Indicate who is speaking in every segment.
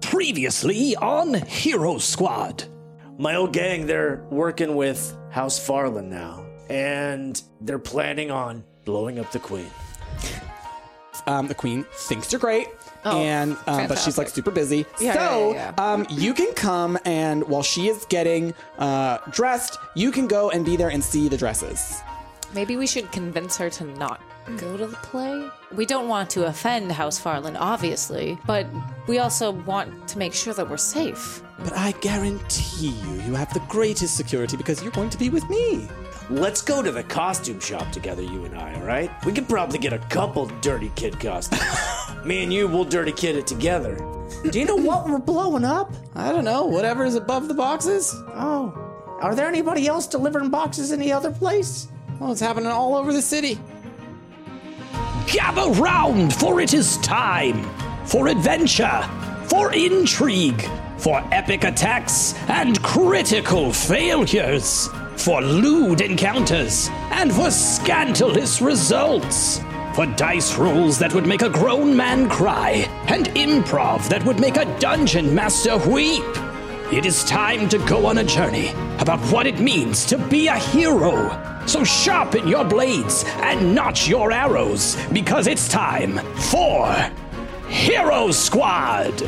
Speaker 1: Previously on Hero Squad.
Speaker 2: My old gang, they're working with House Farland now, and they're planning on blowing up the Queen.
Speaker 3: um, the queen thinks you're great. and um, but she's like super busy,
Speaker 4: Yeah,
Speaker 3: so
Speaker 4: yeah,
Speaker 3: Um, you can come and while she is getting uh, dressed, you can go and be there and see the dresses.
Speaker 4: Maybe we should convince her to not go to the play. We don't want to offend House Farland, obviously, but we also want to make sure that we're safe.
Speaker 3: But I guarantee you, you have the greatest security because you're going to be with me.
Speaker 2: Let's go to the costume shop together, you and I, all right? We can probably get a couple dirty kid costumes. Me and you, we'll dirty kid it together.
Speaker 3: Do you know what we're blowing up? I don't know. Whatever's above the boxes.
Speaker 5: Oh, are there anybody else delivering boxes any other place?
Speaker 3: Well, oh, it's happening all over the city.
Speaker 1: Gather round, for it is time for adventure, for intrigue, for epic attacks and critical failures, for lewd encounters and for scandalous results, for dice rolls that would make a grown man cry and improv that would make a dungeon master weep. It is time to go on a journey about what it means to be a hero. So sharpen your blades and notch your arrows because it's time for Hero Squad.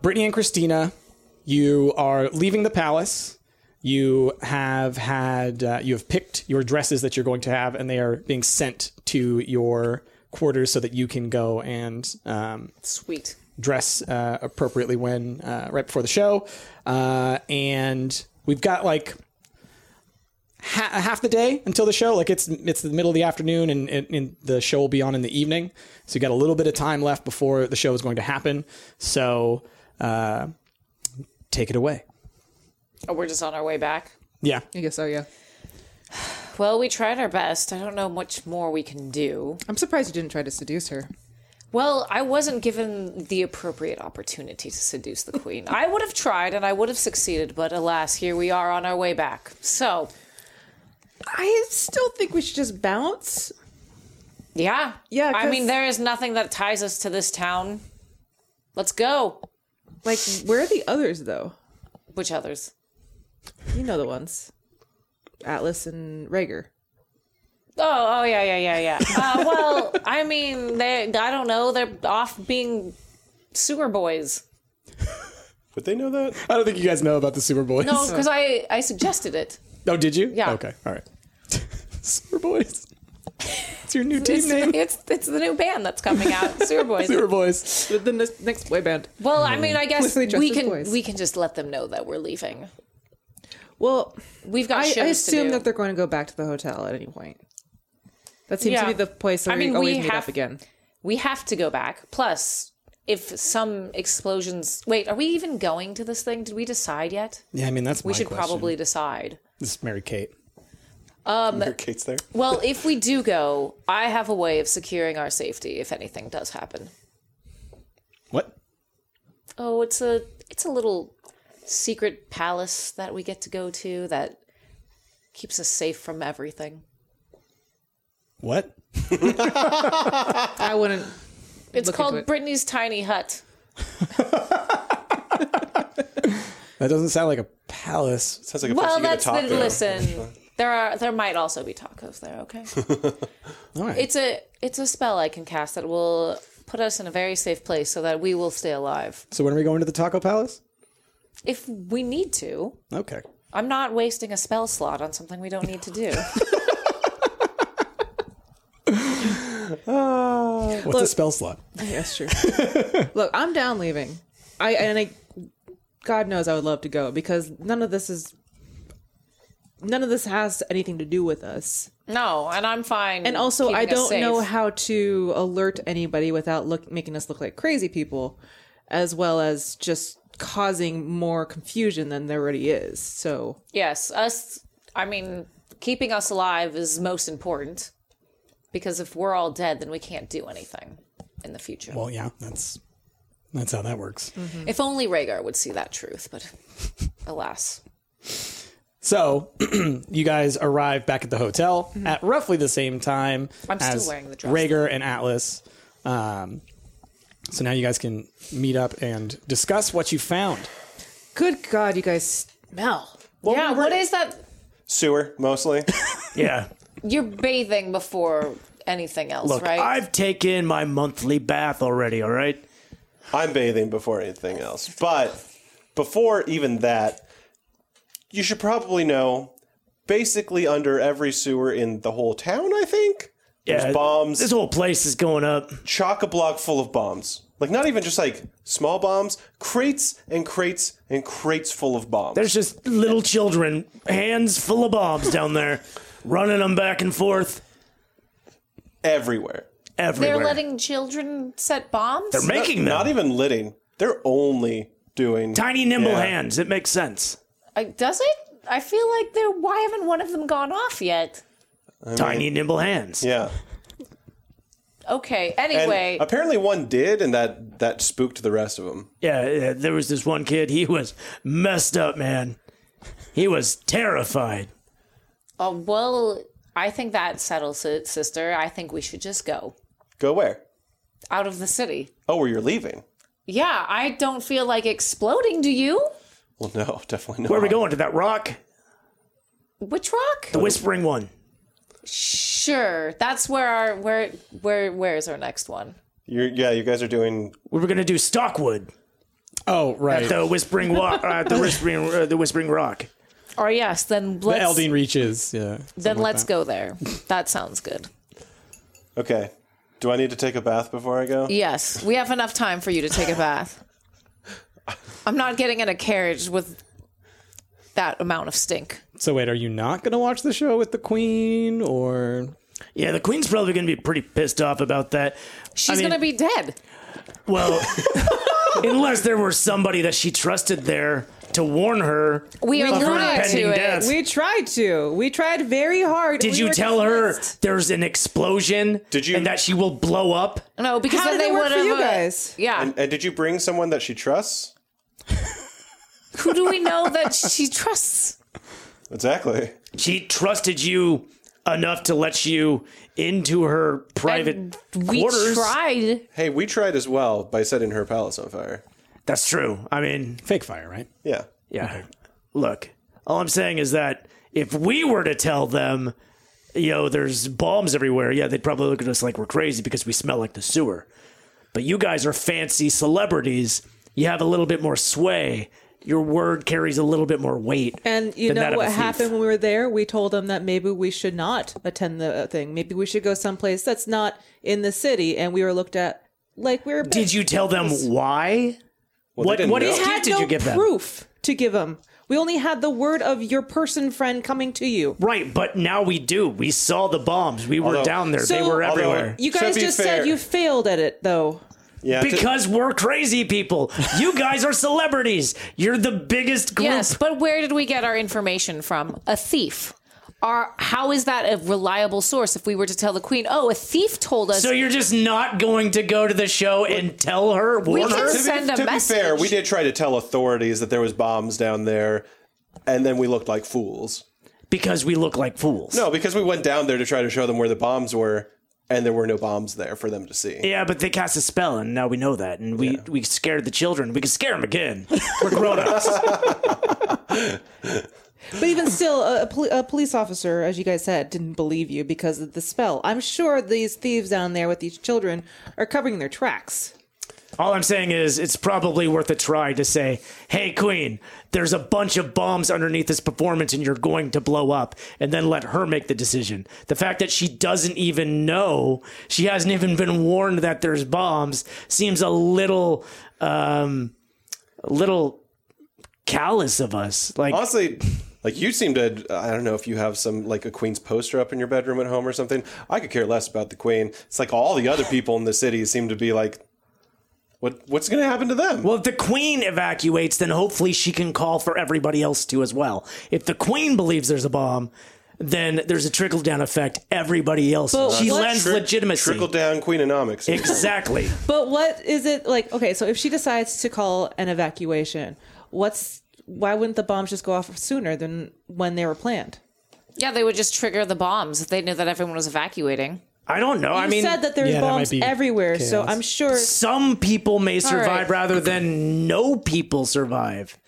Speaker 3: Brittany and Christina, you are leaving the palace. You have had uh, you have picked your dresses that you're going to have, and they are being sent to your quarters so that you can go and um,
Speaker 4: Sweet.
Speaker 3: dress uh, appropriately when uh, right before the show. Uh, and we've got like ha- half the day until the show. Like it's it's the middle of the afternoon, and, and, and the show will be on in the evening. So you got a little bit of time left before the show is going to happen. So uh, take it away.
Speaker 4: Oh, we're just on our way back.
Speaker 3: Yeah,
Speaker 6: I guess so, yeah.
Speaker 4: Well, we tried our best. I don't know much more we can do.
Speaker 6: I'm surprised you didn't try to seduce her.
Speaker 4: Well, I wasn't given the appropriate opportunity to seduce the queen. I would have tried and I would have succeeded, but alas, here we are on our way back. So,
Speaker 6: I still think we should just bounce.
Speaker 4: yeah.
Speaker 6: Yeah,
Speaker 4: I
Speaker 6: 'cause-
Speaker 4: mean, there is nothing that ties us to this town. Let's go.
Speaker 6: Like, where are the others, though?
Speaker 4: Which others?
Speaker 6: You know the ones Atlas and Rager.
Speaker 4: Oh, oh yeah, yeah, yeah, yeah. Uh, well, I mean, they, I don't know. They're off being sewer boys.
Speaker 7: Would they know that?
Speaker 3: I don't think you guys know about the Super Boys.
Speaker 4: No, because I, I suggested it.
Speaker 3: Oh, did you?
Speaker 4: Yeah.
Speaker 3: Okay. All right. Super Boys. It's your new
Speaker 4: It's,
Speaker 3: team name.
Speaker 4: it's it's the new band that's coming out, Sewer Boys.
Speaker 3: Super Boys.
Speaker 6: The, the next, next boy band.
Speaker 4: Well, I mean, I guess
Speaker 6: Completely
Speaker 4: we
Speaker 6: dressed as
Speaker 4: can
Speaker 6: boys.
Speaker 4: we can just let them know that we're leaving.
Speaker 6: Well,
Speaker 4: We've got.
Speaker 6: I,
Speaker 4: shows
Speaker 6: I
Speaker 4: to
Speaker 6: assume
Speaker 4: do.
Speaker 6: that they're going to go back to the hotel at any point. That seems
Speaker 4: Yeah.
Speaker 6: to be the place that
Speaker 4: I mean,
Speaker 6: we
Speaker 4: we
Speaker 6: always meet
Speaker 4: have-
Speaker 6: up again.
Speaker 4: we have to go back. Plus, if some explosions. Wait, are we even going to this thing? Did we decide yet?
Speaker 3: Yeah, I mean that's
Speaker 4: We should probably decide.
Speaker 3: This is Mary Kate.
Speaker 4: Um,
Speaker 7: Mary Kate's there.
Speaker 4: Well, if we do go, I have a way of securing our safety if anything does happen.
Speaker 3: What?
Speaker 4: Oh, it's a it's a little secret palace that we get to go to that keeps us safe from everything.
Speaker 3: What?
Speaker 6: I wouldn't.
Speaker 4: It's
Speaker 6: Look
Speaker 4: called
Speaker 6: into it.
Speaker 4: Brittany's Tiny Hut.
Speaker 3: That doesn't sound like a palace.
Speaker 7: Sounds like a place
Speaker 4: Well,
Speaker 7: you get a
Speaker 4: that's the
Speaker 7: taco.
Speaker 4: listen. There are there might also be tacos there, okay?
Speaker 3: All right.
Speaker 4: It's a it's a spell I can cast that will put us in a very safe place so that we will stay alive
Speaker 3: so when are we going to the Taco Palace?
Speaker 4: if we need to.
Speaker 3: Okay.
Speaker 4: I'm not wasting a spell slot on something we don't need to do. Uh,
Speaker 3: What's a spell slot?
Speaker 6: Yeah, that's true. Look, I'm down leaving. I and I, God knows I would love to go because none of this is, none of this has anything to do with us.
Speaker 4: no, and I'm fine.
Speaker 6: And also, I
Speaker 4: keeping us
Speaker 6: don't
Speaker 4: safe.
Speaker 6: know how to alert anybody without look making us look like crazy people, as well as just causing more confusion than there already is. So
Speaker 4: Yes, us. I mean, keeping us alive is most important because if we're all dead, then we can't do anything in the future.
Speaker 3: Well, yeah, that's that's how that works.
Speaker 4: if only Rhaegar would see that truth, but alas.
Speaker 8: So you guys arrive back at the hotel at roughly the same time
Speaker 4: Mm-hmm. I'm still
Speaker 8: as
Speaker 4: wearing the dress.
Speaker 8: Rhaegar and Atlas. Um, so now you guys can meet up and discuss what you found.
Speaker 6: Good God, you guys
Speaker 4: Mel. yeah, what is that?
Speaker 9: Sewer, mostly.
Speaker 2: Yeah.
Speaker 4: You're bathing before anything else,
Speaker 2: Look,
Speaker 4: right?
Speaker 2: I've taken my monthly bath already, all right?
Speaker 9: I'm bathing before anything else. But before even that, you should probably know basically under every sewer in the whole town, I think. There's bombs.
Speaker 2: This whole place is going up.
Speaker 9: chock a block full of bombs. Like not even just like small bombs, crates and crates and crates full of bombs.
Speaker 2: There's just little children, hands full of bombs down there, running them back and forth
Speaker 9: everywhere.
Speaker 2: everywhere.
Speaker 4: They're letting children set bombs.
Speaker 2: They're making them.
Speaker 9: Not even litting. They're only doing
Speaker 2: Tiny, nimble
Speaker 9: Yeah.
Speaker 2: hands. It makes sense.
Speaker 4: I- does it? I feel like they're. Why haven't one of them gone off yet?
Speaker 2: Tiny, nimble hands.
Speaker 9: Yeah.
Speaker 4: Okay.
Speaker 9: And
Speaker 4: Anyway,
Speaker 9: apparently one did and that that spooked the rest of them.
Speaker 2: Yeah, yeah, there was this one kid. He was messed up, man. He was terrified.
Speaker 4: uh, well, I think that settles it, sister. I think we should just go
Speaker 9: Go where?
Speaker 4: out of the city.
Speaker 9: Oh, where you're leaving.
Speaker 4: Yeah, I don't feel like exploding. Do you?
Speaker 9: Well, no, definitely not.
Speaker 2: Where are we going? To that rock?
Speaker 4: Witch Rock?
Speaker 2: The whispering one.
Speaker 4: Sure. That's where our where where where is our next one?
Speaker 9: You're, yeah, you guys are doing
Speaker 2: We were gonna do Stockwood.
Speaker 8: Oh, right.
Speaker 2: The whispering walk. Uh, the whispering. Uh, the whispering rock.
Speaker 4: Or yes, then
Speaker 8: the
Speaker 4: let's
Speaker 8: Eldine reaches. Yeah.
Speaker 4: then let's go there. That sounds good.
Speaker 9: Okay. Do I need to take a bath before I go?
Speaker 4: Yes, we have enough time for you to take a bath. I'm not getting in a carriage with that amount of stink.
Speaker 8: So wait, are you not going to watch the show with the queen or
Speaker 2: Yeah, the queen's probably gonna be pretty pissed off about that.
Speaker 4: She's
Speaker 2: mean-
Speaker 4: gonna be dead.
Speaker 2: Well, unless there were somebody that she trusted there to warn her.
Speaker 4: We
Speaker 2: of her
Speaker 4: alluded
Speaker 2: impending
Speaker 4: to it.
Speaker 2: death.
Speaker 6: We tried to. We tried very hard.
Speaker 2: Did
Speaker 6: We
Speaker 2: you
Speaker 6: were
Speaker 2: tell her
Speaker 6: convinced.
Speaker 2: there's an explosion?
Speaker 9: Did you-
Speaker 2: And that she will blow up?
Speaker 4: No, because
Speaker 6: How
Speaker 4: then
Speaker 6: did
Speaker 4: they
Speaker 6: it work
Speaker 4: would
Speaker 6: for
Speaker 4: have
Speaker 6: you guys?
Speaker 4: Yeah.
Speaker 9: And, and did you bring someone that she trusts?
Speaker 4: Who do we know that she trusts?
Speaker 9: Exactly.
Speaker 2: She trusted you enough to let you into her private
Speaker 4: And we
Speaker 2: quarters.
Speaker 4: tried.
Speaker 9: Hey, we tried as well by setting her palace on fire.
Speaker 2: That's true. I mean,
Speaker 8: fake fire, right?
Speaker 9: Yeah.
Speaker 2: yeah. Look, all I'm saying is that if we were to tell them, yo, there's bombs everywhere, yeah, they'd probably look at us like we're crazy because we smell like the sewer. But you guys are fancy celebrities. You have a little bit more sway. Your word carries a little bit more weight.
Speaker 6: And you
Speaker 2: than that
Speaker 6: know
Speaker 2: of a
Speaker 6: what
Speaker 2: thief.
Speaker 6: happened when we were there? We told them that maybe we should not attend the thing. Maybe we should go someplace that's not in the city. And we were looked at like we were.
Speaker 2: Did you tell them why?
Speaker 9: they
Speaker 2: what
Speaker 9: didn't
Speaker 2: what
Speaker 9: know.
Speaker 2: excuse
Speaker 6: had
Speaker 2: did
Speaker 6: no
Speaker 2: you give them?
Speaker 6: proof to give them? We only had the word of your person friend coming to you.
Speaker 2: Right, but now we do. We saw the bombs. We were
Speaker 9: Although-
Speaker 2: down there. they
Speaker 6: So-
Speaker 2: were
Speaker 6: Although-
Speaker 2: everywhere.
Speaker 6: You
Speaker 9: To
Speaker 6: guys
Speaker 9: be
Speaker 6: just
Speaker 9: fair-
Speaker 6: said you failed at it, though.
Speaker 9: Yeah. to-
Speaker 2: because we're crazy people. You guys are celebrities. You're the biggest group.
Speaker 4: Yes, but where did we get our information from? A thief. Our, how is that a reliable source if we were to tell the queen, oh, a thief told us?
Speaker 2: So you're just not going to go to the show and tell her, warn
Speaker 4: can
Speaker 2: her?
Speaker 9: to be-
Speaker 4: send a
Speaker 9: to
Speaker 4: message.
Speaker 9: be fair, we did try to tell authorities that there was bombs down there, and then we looked like fools.
Speaker 2: Because we look like fools.
Speaker 9: No, because we went down there to try to show them where the bombs were, and there were no bombs there for them to see.
Speaker 2: Yeah, but they cast a spell, and now we know that, and we, we scared the children. We can scare them again. We're grown ups.
Speaker 6: But even still, a, a, poli- a police officer, as you guys said, didn't believe you because of the spell. I'm sure these thieves down there with these children are covering their tracks.
Speaker 2: All I'm saying is, it's probably worth a try to say, "Hey, Queen, there's a bunch of bombs underneath this performance, and you're going to blow up," and then let her make the decision. The fact that she doesn't even know, she hasn't even been warned that there's bombs, seems a little, um, a little callous of us. Like,
Speaker 9: Honestly, like you seem to, I don't know if you have some like a queen's poster up in your bedroom at home or something. I could care less about the queen. It's like all the other people in the city seem to be like, what what's going to happen to them?
Speaker 2: Well, if the queen evacuates, then hopefully she can call for everybody else to as well. If the queen believes there's a bomb, then there's a trickle down effect. Everybody else, she
Speaker 6: what-
Speaker 2: lends
Speaker 9: Tri-
Speaker 2: legitimacy.
Speaker 9: Trickle down queenonomics.
Speaker 2: Exactly.
Speaker 6: But what is it like? Okay, so if she decides to call an evacuation, what's why wouldn't the bombs just go off sooner than when they were planned?
Speaker 4: Yeah, they would just trigger the bombs if they knew that everyone was evacuating.
Speaker 2: I don't know. I
Speaker 6: You
Speaker 2: mean,
Speaker 6: said that there's
Speaker 3: yeah, that might
Speaker 6: bombs
Speaker 3: be
Speaker 6: everywhere, so
Speaker 3: chaos.
Speaker 6: I'm sure.
Speaker 2: some people may survive
Speaker 4: right.
Speaker 2: rather than no people survive.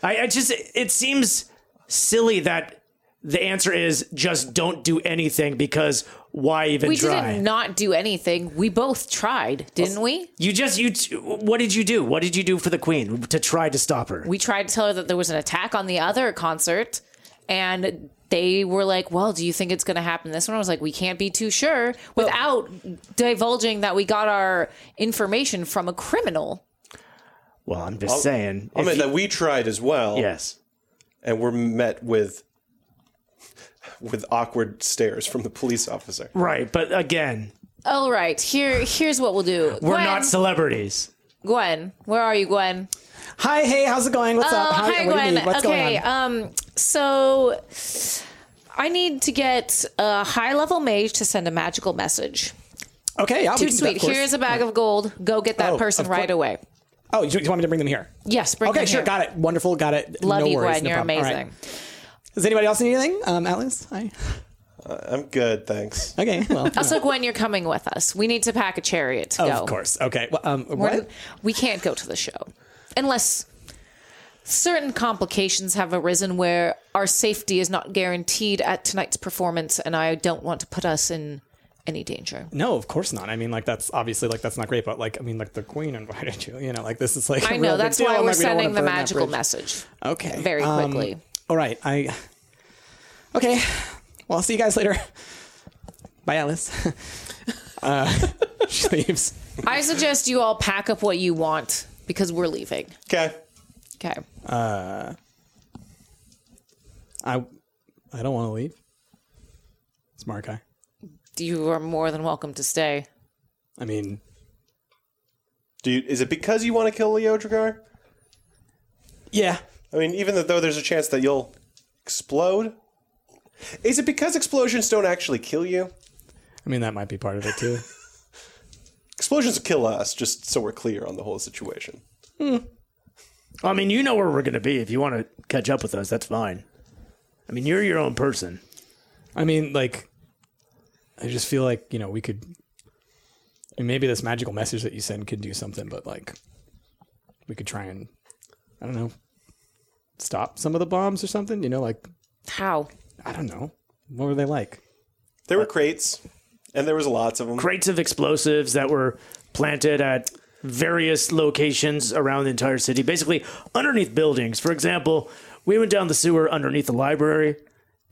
Speaker 2: I, I just it seems silly that the answer is just don't do anything because why even
Speaker 4: We
Speaker 2: try?
Speaker 4: didn't not do anything. We both tried, didn't we?
Speaker 2: you just you t- what did you do? What did you do for the queen to try to stop her?
Speaker 4: We tried to tell her that there was an attack on the other concert, and they were like, "Well, do you think it's going to happen?" This one I was like, "We can't be too sure," without divulging that we got our information from a criminal.
Speaker 2: well, I'm just saying.
Speaker 9: I
Speaker 2: if
Speaker 9: mean,
Speaker 2: you-
Speaker 9: that we tried as well,
Speaker 2: yes.
Speaker 9: and we're met with with awkward stares from the police officer.
Speaker 2: Right, but again,
Speaker 4: All right, here, here's what we'll do.
Speaker 2: we're
Speaker 4: Gwen,
Speaker 2: not celebrities.
Speaker 4: Gwen. Where are you, Gwen?
Speaker 3: Hi, hey, how's it going? What's up?
Speaker 4: Oh,
Speaker 3: How,
Speaker 4: hi,
Speaker 3: what do you
Speaker 4: Gwen.
Speaker 3: need? What's
Speaker 4: okay,
Speaker 3: going on?
Speaker 4: um, so I need to get a high level mage to send a magical message.
Speaker 3: okay, yeah, we
Speaker 4: Too
Speaker 3: can do that,
Speaker 4: uh, sweet.
Speaker 3: of course.
Speaker 4: Here's a bag of gold. Go get that
Speaker 3: Oh,
Speaker 4: person
Speaker 3: of
Speaker 4: right
Speaker 3: cour-
Speaker 4: away.
Speaker 3: Oh, you, you want me to bring them here?
Speaker 4: Yes, bring
Speaker 3: okay,
Speaker 4: them
Speaker 3: sure,
Speaker 4: here.
Speaker 3: got it. Wonderful, got it.
Speaker 4: Love
Speaker 3: no
Speaker 4: you,
Speaker 3: worries,
Speaker 4: Gwen.
Speaker 3: no
Speaker 4: You're
Speaker 3: problem. All right.
Speaker 4: amazing.
Speaker 3: Does anybody else need anything? Um, Atlas, hi.
Speaker 9: I'm good, thanks.
Speaker 3: Okay, well,
Speaker 4: Also, Gwen, you're coming with us. We need to pack a chariot to
Speaker 3: oh,
Speaker 4: go.
Speaker 3: of course. Okay, well, um,
Speaker 4: We're-
Speaker 3: what?
Speaker 4: We can't go to the show unless certain complications have arisen where our safety is not guaranteed at tonight's performance, and I don't want to put us in any danger.
Speaker 3: No, of course not. I mean, like that's obviously like that's not great, but like I mean, like the queen invited you. You know, like this is like a
Speaker 4: I
Speaker 3: real
Speaker 4: know
Speaker 3: big
Speaker 4: that's
Speaker 3: deal,
Speaker 4: why
Speaker 3: and,
Speaker 4: we're
Speaker 3: like, we don't wanna
Speaker 4: sending the
Speaker 3: burn that
Speaker 4: magical
Speaker 3: bridge.
Speaker 4: message.
Speaker 3: Okay,
Speaker 4: very
Speaker 3: um,
Speaker 4: quickly.
Speaker 3: all right, I. Okay, well, I'll see you guys later. Bye, Alice. uh, she leaves.
Speaker 4: I suggest you all pack up what you want because we're leaving.
Speaker 9: Okay.
Speaker 4: Okay.
Speaker 3: I, I don't want to leave. Smart guy.
Speaker 4: You are more than welcome to stay.
Speaker 3: I mean,
Speaker 9: Do you, is it because you want to kill Leo Dragar?
Speaker 3: yeah.
Speaker 9: I mean, even though there's a chance that you'll explode, is it because explosions don't actually kill you?
Speaker 3: I mean, that might be part of it too.
Speaker 9: Explosions will kill us, just so we're clear on the whole situation.
Speaker 2: I mean, you know where we're going to be if you want to catch up with us. That's fine. I mean, you're your own person.
Speaker 3: I mean, like, I just feel like you know we could. I mean, maybe this magical message that you send could do something, but like, we could try and I don't know, stop some of the bombs or something. You know, like
Speaker 4: How?
Speaker 3: I don't know, what were they like?
Speaker 9: There were
Speaker 2: Uh,
Speaker 9: crates, and there was lots of them.
Speaker 2: crates of explosives that were planted at various locations around the entire city, basically underneath buildings. For example, we went down the sewer underneath the library,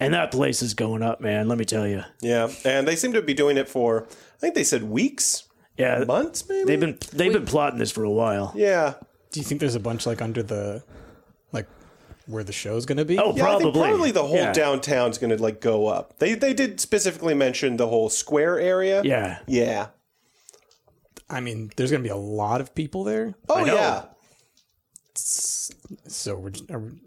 Speaker 2: and that place is going up, man. Let me tell you.
Speaker 9: Yeah, and they seem to be doing it for I think they said weeks,
Speaker 2: Yeah,
Speaker 9: months, maybe.
Speaker 2: they've been they've been plotting this for a while.
Speaker 9: yeah.
Speaker 3: Do you think there's a bunch like under the, like, where the show's gonna be?
Speaker 2: Oh,
Speaker 9: Yeah, I
Speaker 2: probably.
Speaker 9: think probably the whole
Speaker 2: Yeah.
Speaker 9: downtown's going to like go up. They they did specifically mention the whole square area.
Speaker 2: Yeah.
Speaker 9: Yeah.
Speaker 3: I mean, there's gonna be a lot of people there.
Speaker 9: Oh
Speaker 2: know.
Speaker 9: yeah.
Speaker 3: So we're, are we-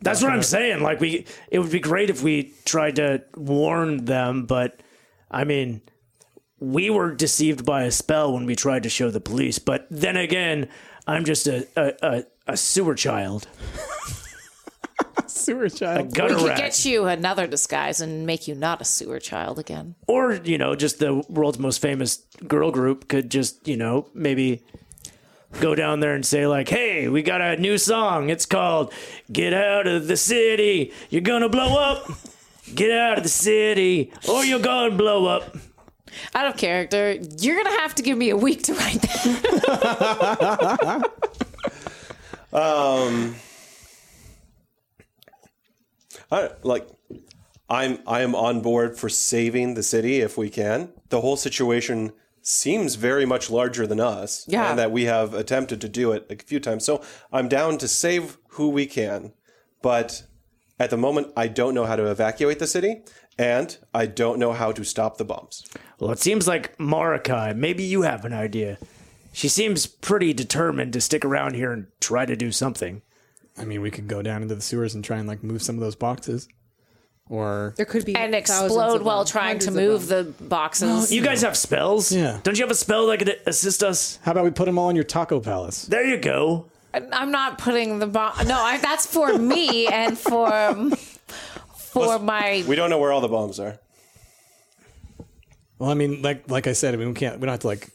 Speaker 2: That's what I'm saying. Like we, it would be great if we tried to warn them, but I mean, we were deceived by a spell when we tried to show the police. But then again, I'm just a a, a, a sewer child,
Speaker 3: sewer child.
Speaker 2: gutter
Speaker 4: We could
Speaker 2: rat,
Speaker 4: get you another disguise and make you not a sewer child again.
Speaker 2: or you know, just the world's most famous girl group could just you know maybe go down there and say like, "Hey, we got a new song. It's called Get Out of the City. You're gonna blow up." Get out of the city, or you're gonna blow up.
Speaker 4: Out of character, you're gonna have to give me a week to write that.
Speaker 9: I, like I'm I am on board for saving the city if we can. The whole situation seems very much larger than us.
Speaker 4: Yeah.
Speaker 9: And that we have attempted to do it a few times. So I'm down to save who we can. But at the moment I don't know how to evacuate the city and I don't know how to stop the bombs.
Speaker 2: Well, it seems like Marakai, maybe you have an idea. She seems pretty determined to stick around here and try to do something.
Speaker 3: I mean, we could go down into the sewers and try and like move some of those boxes, or
Speaker 6: There could be
Speaker 4: and
Speaker 6: thousands
Speaker 4: explode
Speaker 6: of
Speaker 4: while
Speaker 6: them,
Speaker 4: trying to
Speaker 6: hundreds of
Speaker 4: move
Speaker 6: them.
Speaker 4: the boxes.
Speaker 2: You guys have spells?
Speaker 3: Yeah.
Speaker 2: Don't you have a spell that could assist us?
Speaker 3: how about we put them all in your taco palace?
Speaker 2: There you go.
Speaker 4: I'm not putting the bomb. No, I, that's for me and for for my.
Speaker 9: We don't know where all the bombs are.
Speaker 3: Well, I mean, like like I said, I mean, we can't. We don't have to like.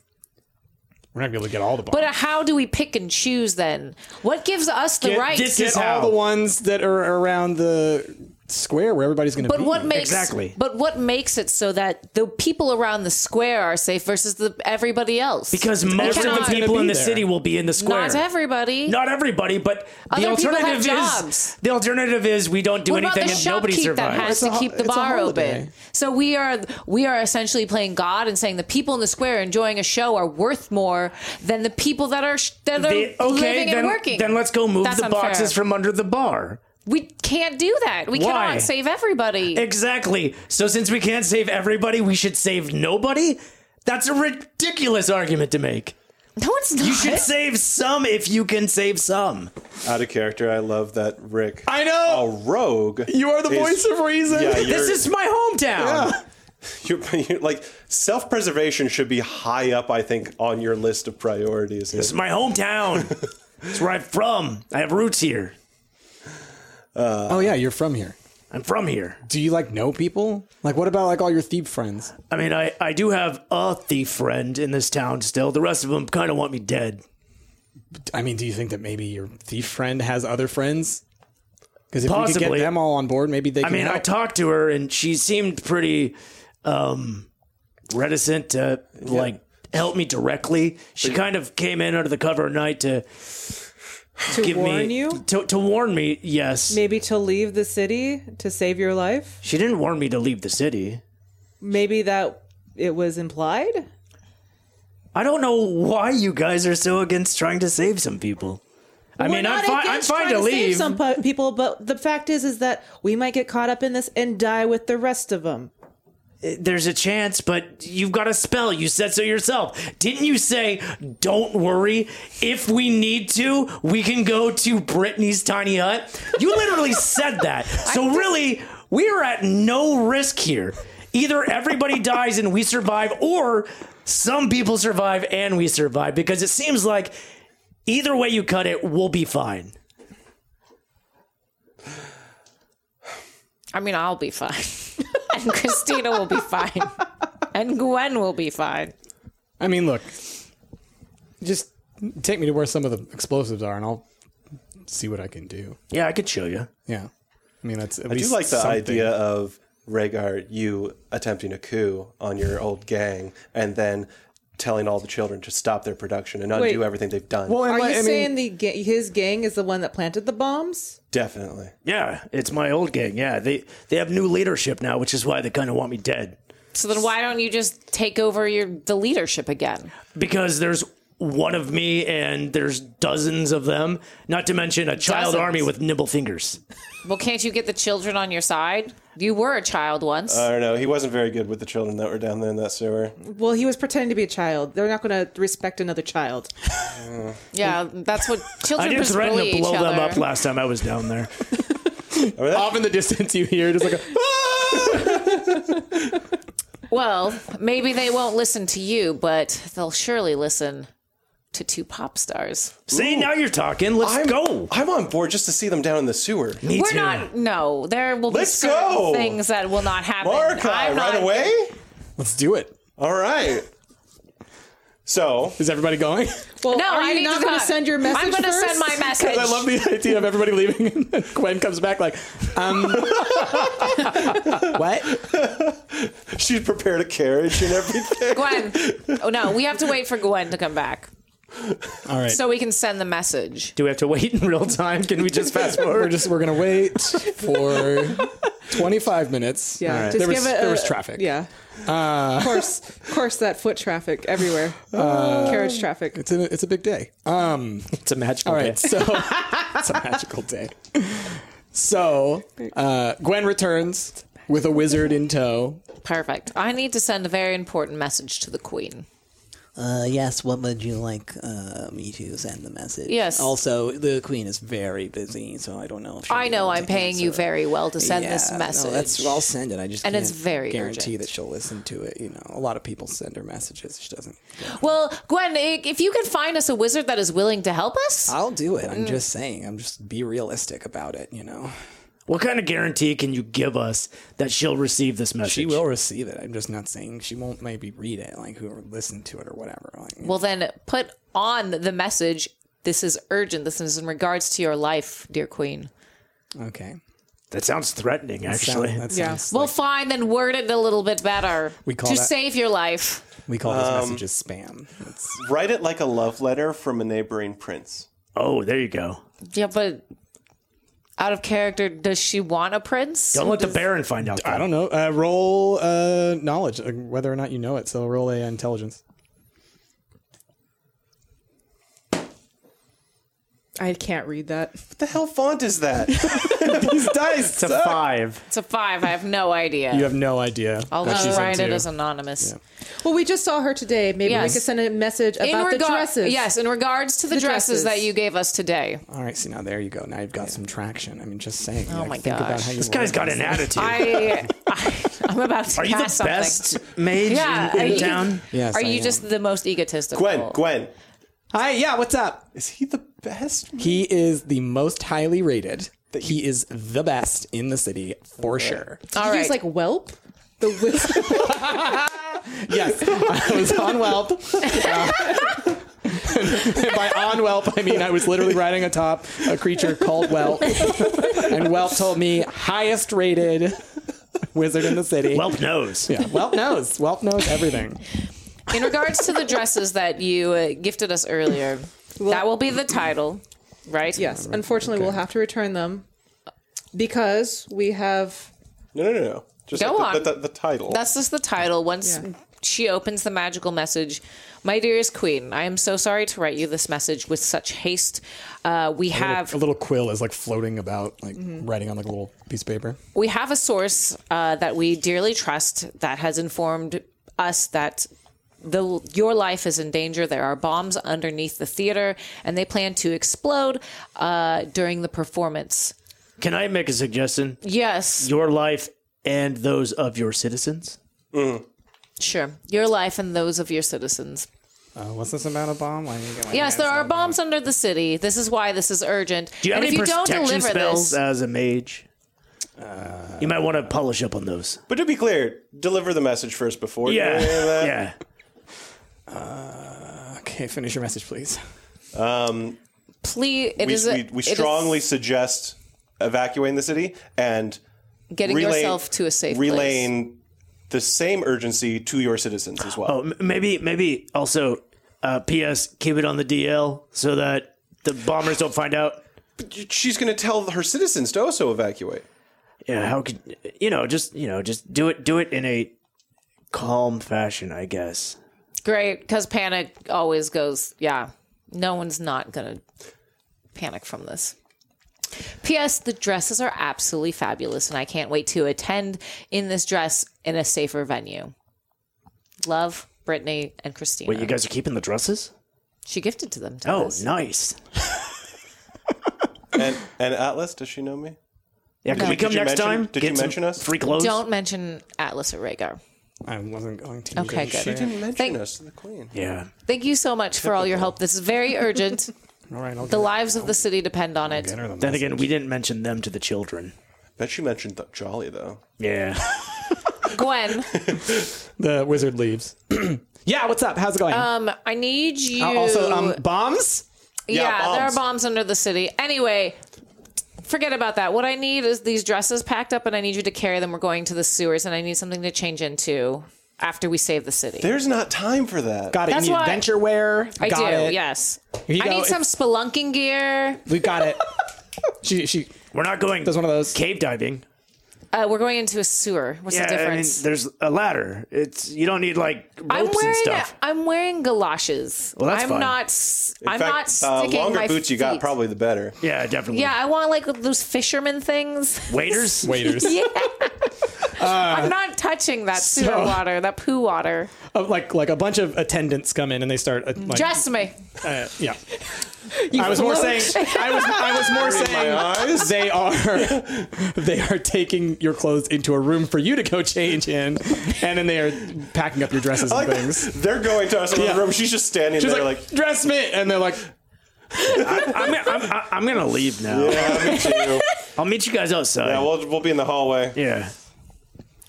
Speaker 3: We're not gonna be able to get all the bombs.
Speaker 4: But how do we pick and choose then? What gives us the
Speaker 2: Get-
Speaker 4: right?
Speaker 2: this
Speaker 3: get
Speaker 2: is
Speaker 3: all
Speaker 2: how.
Speaker 3: the ones that are around the square where everybody's gonna
Speaker 4: But
Speaker 3: be.
Speaker 4: what makes
Speaker 2: Exactly.
Speaker 4: But what makes it so that the people around the square are safe versus the everybody else?
Speaker 2: because most of the
Speaker 4: everyone's gonna
Speaker 2: people
Speaker 3: be
Speaker 2: in the
Speaker 3: there.
Speaker 2: city will be in the square.
Speaker 4: not everybody.
Speaker 2: Not everybody, but the
Speaker 4: Other people have
Speaker 2: alternative is
Speaker 4: jobs.
Speaker 2: the alternative is we don't do
Speaker 4: what about
Speaker 2: anything
Speaker 4: the
Speaker 2: and nobody
Speaker 4: shopkeep that
Speaker 2: survives.
Speaker 4: has
Speaker 3: It's a
Speaker 4: to
Speaker 3: ho-
Speaker 4: keep the
Speaker 3: it's a
Speaker 4: bar
Speaker 3: holiday.
Speaker 4: open? So we are we are essentially playing God and saying the people in the square enjoying a show are worth more than the people that are sh- that are
Speaker 2: They- okay,
Speaker 4: living
Speaker 2: then,
Speaker 4: and working.
Speaker 2: then let's go move
Speaker 4: That's
Speaker 2: the boxes
Speaker 4: unfair.
Speaker 2: from under the bar.
Speaker 4: We can't do that. We
Speaker 2: Why?
Speaker 4: cannot save everybody.
Speaker 2: Exactly. So since we can't save everybody, we should save nobody. That's a ridiculous argument to make.
Speaker 4: no, it's not.
Speaker 2: You should save some if you can save some.
Speaker 9: Out of character, I love that Rick.
Speaker 3: I know.
Speaker 9: a rogue.
Speaker 3: you are the
Speaker 9: Oh. is-
Speaker 3: voice of reason.
Speaker 9: Yeah, you're,
Speaker 2: This is my hometown.
Speaker 9: you're, you're- like self-preservation should be high up. I think on your list of priorities.
Speaker 2: This is my hometown. it's where I'm from. I have roots here.
Speaker 3: oh yeah, you're from here.
Speaker 2: I'm from here.
Speaker 3: Do you like know people? Like, what about like all your thief friends?
Speaker 2: I mean, I, I do have a thief friend in this town still. The rest of them kind of want me dead.
Speaker 3: I mean, do you think that maybe your thief friend has other friends? Because if we could
Speaker 2: Possibly.
Speaker 3: get them all on board, maybe they.
Speaker 2: I
Speaker 3: Can
Speaker 2: mean, I
Speaker 3: help.
Speaker 2: talked to her and she seemed pretty um, reticent to like help me directly. She kind of came in under the cover of night to
Speaker 6: to
Speaker 2: give
Speaker 6: warn
Speaker 2: me
Speaker 6: you,
Speaker 2: To, to warn me. Yes,
Speaker 6: maybe to leave the city to save your life.
Speaker 2: she didn't warn me to leave the city.
Speaker 6: Maybe that it was implied.
Speaker 2: I don't know why you guys are so against trying to save some people. I
Speaker 6: We're
Speaker 2: mean,
Speaker 6: not
Speaker 2: I'm fine. I'm
Speaker 6: against
Speaker 2: fine
Speaker 6: trying
Speaker 2: to
Speaker 6: save
Speaker 2: leave.
Speaker 6: some pu- people, but the fact is, is that we might get caught up in this and die with the rest of them.
Speaker 2: There's a chance, but you've got a spell. You said so yourself. Didn't you say, don't worry? If we need to, we can go to Brittany's tiny hut? You literally said that. So, really, we are at no risk here. Either everybody dies and we survive, or some people survive and we survive, because it seems like either way you cut it, we'll be fine.
Speaker 4: I mean, I'll be fine, and Christina will be fine, and Gwen will be fine.
Speaker 3: I mean, look, just take me to where some of the explosives are, and I'll see what I can do.
Speaker 2: Yeah, I could show you.
Speaker 3: Yeah, I mean, that's. At
Speaker 9: I do
Speaker 3: least
Speaker 9: like the
Speaker 3: something.
Speaker 9: idea of Rhaegar, you attempting a coup on your old gang, and then telling all the children to stop their production and undo
Speaker 6: Wait.
Speaker 9: everything they've done.
Speaker 3: Well, and
Speaker 6: Are
Speaker 3: like- I
Speaker 6: you
Speaker 3: mean,
Speaker 6: saying the ga- his gang is the one that planted the bombs?
Speaker 9: Definitely.
Speaker 2: Yeah, it's my old gang. Yeah, they they have new leadership now, which is why they kind of want me dead
Speaker 4: So then, why don't you just take over your the leadership again?
Speaker 2: because there's one of me and there's dozens of them. Not to mention a child
Speaker 4: Dozens.
Speaker 2: army with nibble fingers.
Speaker 4: Well, can't you get the children on your side? You were a child once.
Speaker 9: I don't know. He wasn't very good with the children that were down there in that sewer.
Speaker 6: Well, he was pretending to be a child. They're not going to respect another child.
Speaker 4: yeah, that's what
Speaker 2: I
Speaker 4: children
Speaker 2: did
Speaker 4: just
Speaker 2: threaten
Speaker 4: bully
Speaker 2: to blow
Speaker 4: each
Speaker 2: them
Speaker 4: other.
Speaker 2: up last time I was down there.
Speaker 3: off in the distance, you hear just like a.
Speaker 4: Well, maybe they won't listen to you, but they'll surely listen to two pop stars.
Speaker 2: See, now you're talking. Let's
Speaker 9: I'm,
Speaker 2: go.
Speaker 9: I'm on board just to see them down in the sewer.
Speaker 2: Me
Speaker 4: We're
Speaker 2: too.
Speaker 4: not. No, there will
Speaker 9: Let's
Speaker 4: be certain
Speaker 9: go.
Speaker 4: things that will not happen.
Speaker 9: Marka,
Speaker 4: I'm
Speaker 9: right
Speaker 4: not-
Speaker 9: away?
Speaker 3: Let's do it.
Speaker 9: All right. So,
Speaker 3: Is everybody going?
Speaker 6: Well,
Speaker 4: No,
Speaker 6: are
Speaker 4: I
Speaker 6: you
Speaker 4: need
Speaker 6: not
Speaker 4: to
Speaker 6: going
Speaker 4: talk.
Speaker 6: to send your message
Speaker 4: I'm going to
Speaker 6: first?
Speaker 4: send my message.
Speaker 3: I love the idea of everybody leaving, and then Gwen comes back like, um, what?
Speaker 9: she prepared a carriage and everything.
Speaker 4: Gwen. Oh no, we have to wait for Gwen to come back
Speaker 3: All right.
Speaker 4: so we can send the message.
Speaker 2: Do we have to wait in real time? Can we just fast
Speaker 3: we're
Speaker 2: forward?
Speaker 3: just we're gonna wait for 25 minutes.
Speaker 6: Yeah,
Speaker 3: All right.
Speaker 6: just
Speaker 3: there was
Speaker 6: give it
Speaker 3: there
Speaker 6: a-
Speaker 3: was traffic. Uh,
Speaker 6: Yeah. of course, of course, that foot traffic everywhere, carriage traffic.
Speaker 3: Uh, It's a, it's a big day. Um,
Speaker 2: It's a magical
Speaker 3: all
Speaker 2: day.
Speaker 3: right, so it's a magical day. So uh, Gwen returns with a wizard in tow.
Speaker 4: Perfect. I need to send a very important message to the Queen.
Speaker 3: Uh, yes, what would you like uh, me to send the message?
Speaker 4: Yes.
Speaker 3: Also, the queen is very busy, so I don't know if she'll
Speaker 4: I
Speaker 3: be
Speaker 4: know
Speaker 3: able to
Speaker 4: I'm paying you
Speaker 3: answer.
Speaker 4: very well to send this
Speaker 3: Yeah,
Speaker 4: message.
Speaker 3: No, that's, I'll send it. I just
Speaker 4: And
Speaker 3: can't
Speaker 4: it's very
Speaker 3: guarantee
Speaker 4: urgent.
Speaker 3: that she'll listen to it. You know, a lot of people send her messages. She doesn't.
Speaker 4: well, Gwen, i- if you can find us a wizard that is willing to help us,
Speaker 3: I'll Mm. do it. I'm just saying. I'm just be realistic about it. You know,
Speaker 2: What kind of guarantee can you give us that she'll receive this message?
Speaker 3: she will receive it. I'm just not saying she won't. Maybe read it, like whoever listened to it or whatever. Like,
Speaker 4: well, then put on the message. This is urgent. This is in regards to your life, dear queen.
Speaker 3: okay.
Speaker 2: That sounds threatening, actually.
Speaker 3: Sound- that
Speaker 6: Yeah.
Speaker 3: sounds-
Speaker 4: Well, fine, then word it a little bit better.
Speaker 3: We call
Speaker 4: to
Speaker 3: that-
Speaker 4: save your life.
Speaker 3: we call
Speaker 8: Um,
Speaker 3: those messages spam. It's,
Speaker 9: Write it like a love letter from a neighboring prince.
Speaker 2: oh, there you go.
Speaker 4: Yeah, but out of character, does she want a prince?
Speaker 2: Don't let the Baron find out.
Speaker 8: I don't know. Uh, roll uh, knowledge, uh, whether or not you know it. So roll a intelligence.
Speaker 6: I can't read that.
Speaker 9: What the hell font is that?
Speaker 8: These dice.
Speaker 2: It's a five.
Speaker 4: It's a five. I have no idea.
Speaker 8: You have no idea.
Speaker 4: I'll
Speaker 8: what she's
Speaker 4: write it
Speaker 8: into.
Speaker 4: as anonymous.
Speaker 6: Well, we just saw her today. Maybe
Speaker 4: Yes.
Speaker 6: we could send a message about the
Speaker 4: regar-
Speaker 6: dresses.
Speaker 4: Yes, in regards to the,
Speaker 6: The
Speaker 4: dresses.
Speaker 6: dresses.
Speaker 4: that you gave us today.
Speaker 3: all right. See now, there you go. Now you've got some traction. I mean, just saying. Oh
Speaker 4: my
Speaker 3: think About
Speaker 4: gosh.
Speaker 3: how you
Speaker 2: This guy's got an attitude.
Speaker 4: I, I I'm about to
Speaker 2: Are you the
Speaker 4: cast something.
Speaker 2: best mage
Speaker 4: Yeah,
Speaker 2: in,
Speaker 4: are
Speaker 2: in
Speaker 4: you-
Speaker 2: town?
Speaker 3: Yes,
Speaker 4: Are
Speaker 3: I
Speaker 4: you
Speaker 3: am.
Speaker 4: just the most egotistical?
Speaker 2: Oh.
Speaker 9: Gwen, Gwen.
Speaker 8: Hi, yeah. What's up?
Speaker 9: Is he the best?
Speaker 8: He is the most highly rated. He is the best in the city for sure.
Speaker 4: All
Speaker 6: He
Speaker 4: right.
Speaker 6: was like whelp. The whisper.
Speaker 8: Yes, I was on Welp. Uh, and by on Welp, I mean I was literally riding atop a creature called Welp. And Welp told me, highest rated wizard in the city.
Speaker 2: Welp knows.
Speaker 8: Yeah, Welp knows. Welp knows everything.
Speaker 4: in regards to the dresses that you uh, gifted us earlier, that will be the title, right?
Speaker 6: yes. Unfortunately, we'll have to return them because we have.
Speaker 9: No, no, no, no. Just
Speaker 4: Go
Speaker 9: like
Speaker 4: on.
Speaker 9: the, The, the, the title.
Speaker 4: That's just the title. Once
Speaker 6: Yeah.
Speaker 4: she opens the magical message, my dearest queen, I am so sorry to write you this message with such haste. Uh, we have
Speaker 8: A little quill is like floating about, like writing on like a little piece of paper.
Speaker 4: we have a source uh, that we dearly trust that has informed us that the your life is in danger. There are bombs underneath the theater, and they plan to explode uh, during the performance.
Speaker 2: Can I make a suggestion?
Speaker 4: Yes,
Speaker 2: Your life and those of your citizens?
Speaker 4: sure. Your life and those of your citizens.
Speaker 8: Uh, what's this about a bomb? Why didn't you get my
Speaker 4: Yes,
Speaker 8: hands
Speaker 4: there
Speaker 8: on
Speaker 4: are
Speaker 8: it?
Speaker 4: bombs under the city. This is why this is urgent.
Speaker 2: Do you have
Speaker 4: and
Speaker 2: any
Speaker 4: if you don't
Speaker 2: protection
Speaker 4: deliver
Speaker 2: spells
Speaker 4: this,
Speaker 2: as a mage? Uh, you might want to polish up on those.
Speaker 9: But to be clear, deliver the message first before. you do any of that.
Speaker 2: yeah.
Speaker 8: Okay, finish your message, please.
Speaker 4: please, it
Speaker 9: We,
Speaker 4: is a-
Speaker 9: we, we
Speaker 4: it is
Speaker 9: strongly suggest evacuating the city and
Speaker 4: getting
Speaker 9: relay-
Speaker 4: yourself to a safe place.
Speaker 9: relaying the same urgency to your citizens as well.
Speaker 2: Oh, m- maybe, maybe also, uh, P.S. Keep it on the DL so that the bombers don't find out.
Speaker 9: She's going to tell her citizens to also evacuate.
Speaker 2: Yeah, how could you know? Just you know, just do it. Do it in a calm fashion, I guess.
Speaker 4: Great, because panic always goes, yeah, no one's not going to panic from this. P.S. The dresses are absolutely fabulous, and I can't wait to attend in this dress in a safer venue. Love, Brittany, and Christina.
Speaker 2: Wait, you guys are keeping the dresses?
Speaker 4: she gifted to them. To
Speaker 2: Oh,
Speaker 4: us.
Speaker 2: nice.
Speaker 9: And, and Atlas, does she know me?
Speaker 2: Yeah, can
Speaker 9: you-
Speaker 2: we come
Speaker 9: did you
Speaker 2: next
Speaker 9: mention-
Speaker 2: time?
Speaker 9: did you
Speaker 2: some
Speaker 9: mention us?
Speaker 2: Free clothes.
Speaker 4: Don't mention Atlas or Rhaegar.
Speaker 8: I wasn't going to.
Speaker 4: Okay,
Speaker 8: either.
Speaker 4: good.
Speaker 8: Shit.
Speaker 9: She didn't mention
Speaker 4: Thank-
Speaker 9: us to the queen.
Speaker 2: Yeah.
Speaker 4: Thank you so much for all your help. This is very urgent.
Speaker 8: All right, I'll
Speaker 4: The
Speaker 8: get
Speaker 4: lives of the city depend on it.
Speaker 8: her the
Speaker 2: Then again, we didn't mention them to the children.
Speaker 9: Bet she mentioned the Jolly, though.
Speaker 2: Yeah.
Speaker 4: Gwen,
Speaker 8: The wizard leaves. yeah, what's up? How's it going?
Speaker 4: um, I need you.
Speaker 8: also, um, bombs.
Speaker 4: yeah, there are
Speaker 9: bombs.
Speaker 4: bombs under the city. Anyway, forget about that. What I need is these dresses packed up, and I need you to carry them. We're going to the sewers, and I need something to change into after we save the city.
Speaker 9: There's not time for that.
Speaker 8: Got it.
Speaker 4: That's
Speaker 8: You need
Speaker 4: why-
Speaker 8: adventure wear.
Speaker 4: I
Speaker 8: got
Speaker 4: do,
Speaker 8: It.
Speaker 4: yes.
Speaker 8: Here you
Speaker 4: I
Speaker 8: go.
Speaker 4: need some
Speaker 8: It's-
Speaker 4: spelunking gear.
Speaker 8: We got it. she she
Speaker 2: We're not going
Speaker 8: does one of those.
Speaker 2: cave diving.
Speaker 4: Uh, we're going into a sewer. What's
Speaker 2: Yeah,
Speaker 4: the
Speaker 2: I
Speaker 4: difference?
Speaker 2: mean, there's a ladder. It's you don't need like ropes
Speaker 4: I'm
Speaker 2: and
Speaker 4: wearing
Speaker 2: stuff.
Speaker 4: I'm wearing galoshes.
Speaker 2: Well, that's
Speaker 4: I'm
Speaker 2: fine.
Speaker 4: not. s-
Speaker 9: In
Speaker 4: I'm
Speaker 9: fact,
Speaker 4: not
Speaker 9: the
Speaker 4: sticking
Speaker 9: longer
Speaker 4: my
Speaker 9: boots you got,
Speaker 4: feet.
Speaker 9: probably the better.
Speaker 2: Yeah, definitely.
Speaker 4: Yeah, I want like those fisherman things.
Speaker 2: Waiters.
Speaker 8: Waiters.
Speaker 4: yeah, I'm not touching that sewer
Speaker 3: so-
Speaker 4: water, that poo water.
Speaker 3: Uh, like like a bunch of attendants come in and they start uh, like,
Speaker 4: Trust me.
Speaker 3: uh, yeah. I was more saying I was I was more saying they are they are taking your clothes into a room for you to go change in, and then they are packing up your dresses and things.
Speaker 9: They're going to us in
Speaker 3: Yeah.
Speaker 9: the room. She's just standing
Speaker 3: She's
Speaker 9: there
Speaker 3: like,
Speaker 9: like,
Speaker 3: dress me, and they're like,
Speaker 2: I'm, I'm, I'm, I'm gonna leave now.
Speaker 9: yeah, me too.
Speaker 2: I'll meet you guys outside.
Speaker 9: yeah, we'll, we'll be in the hallway.
Speaker 2: yeah.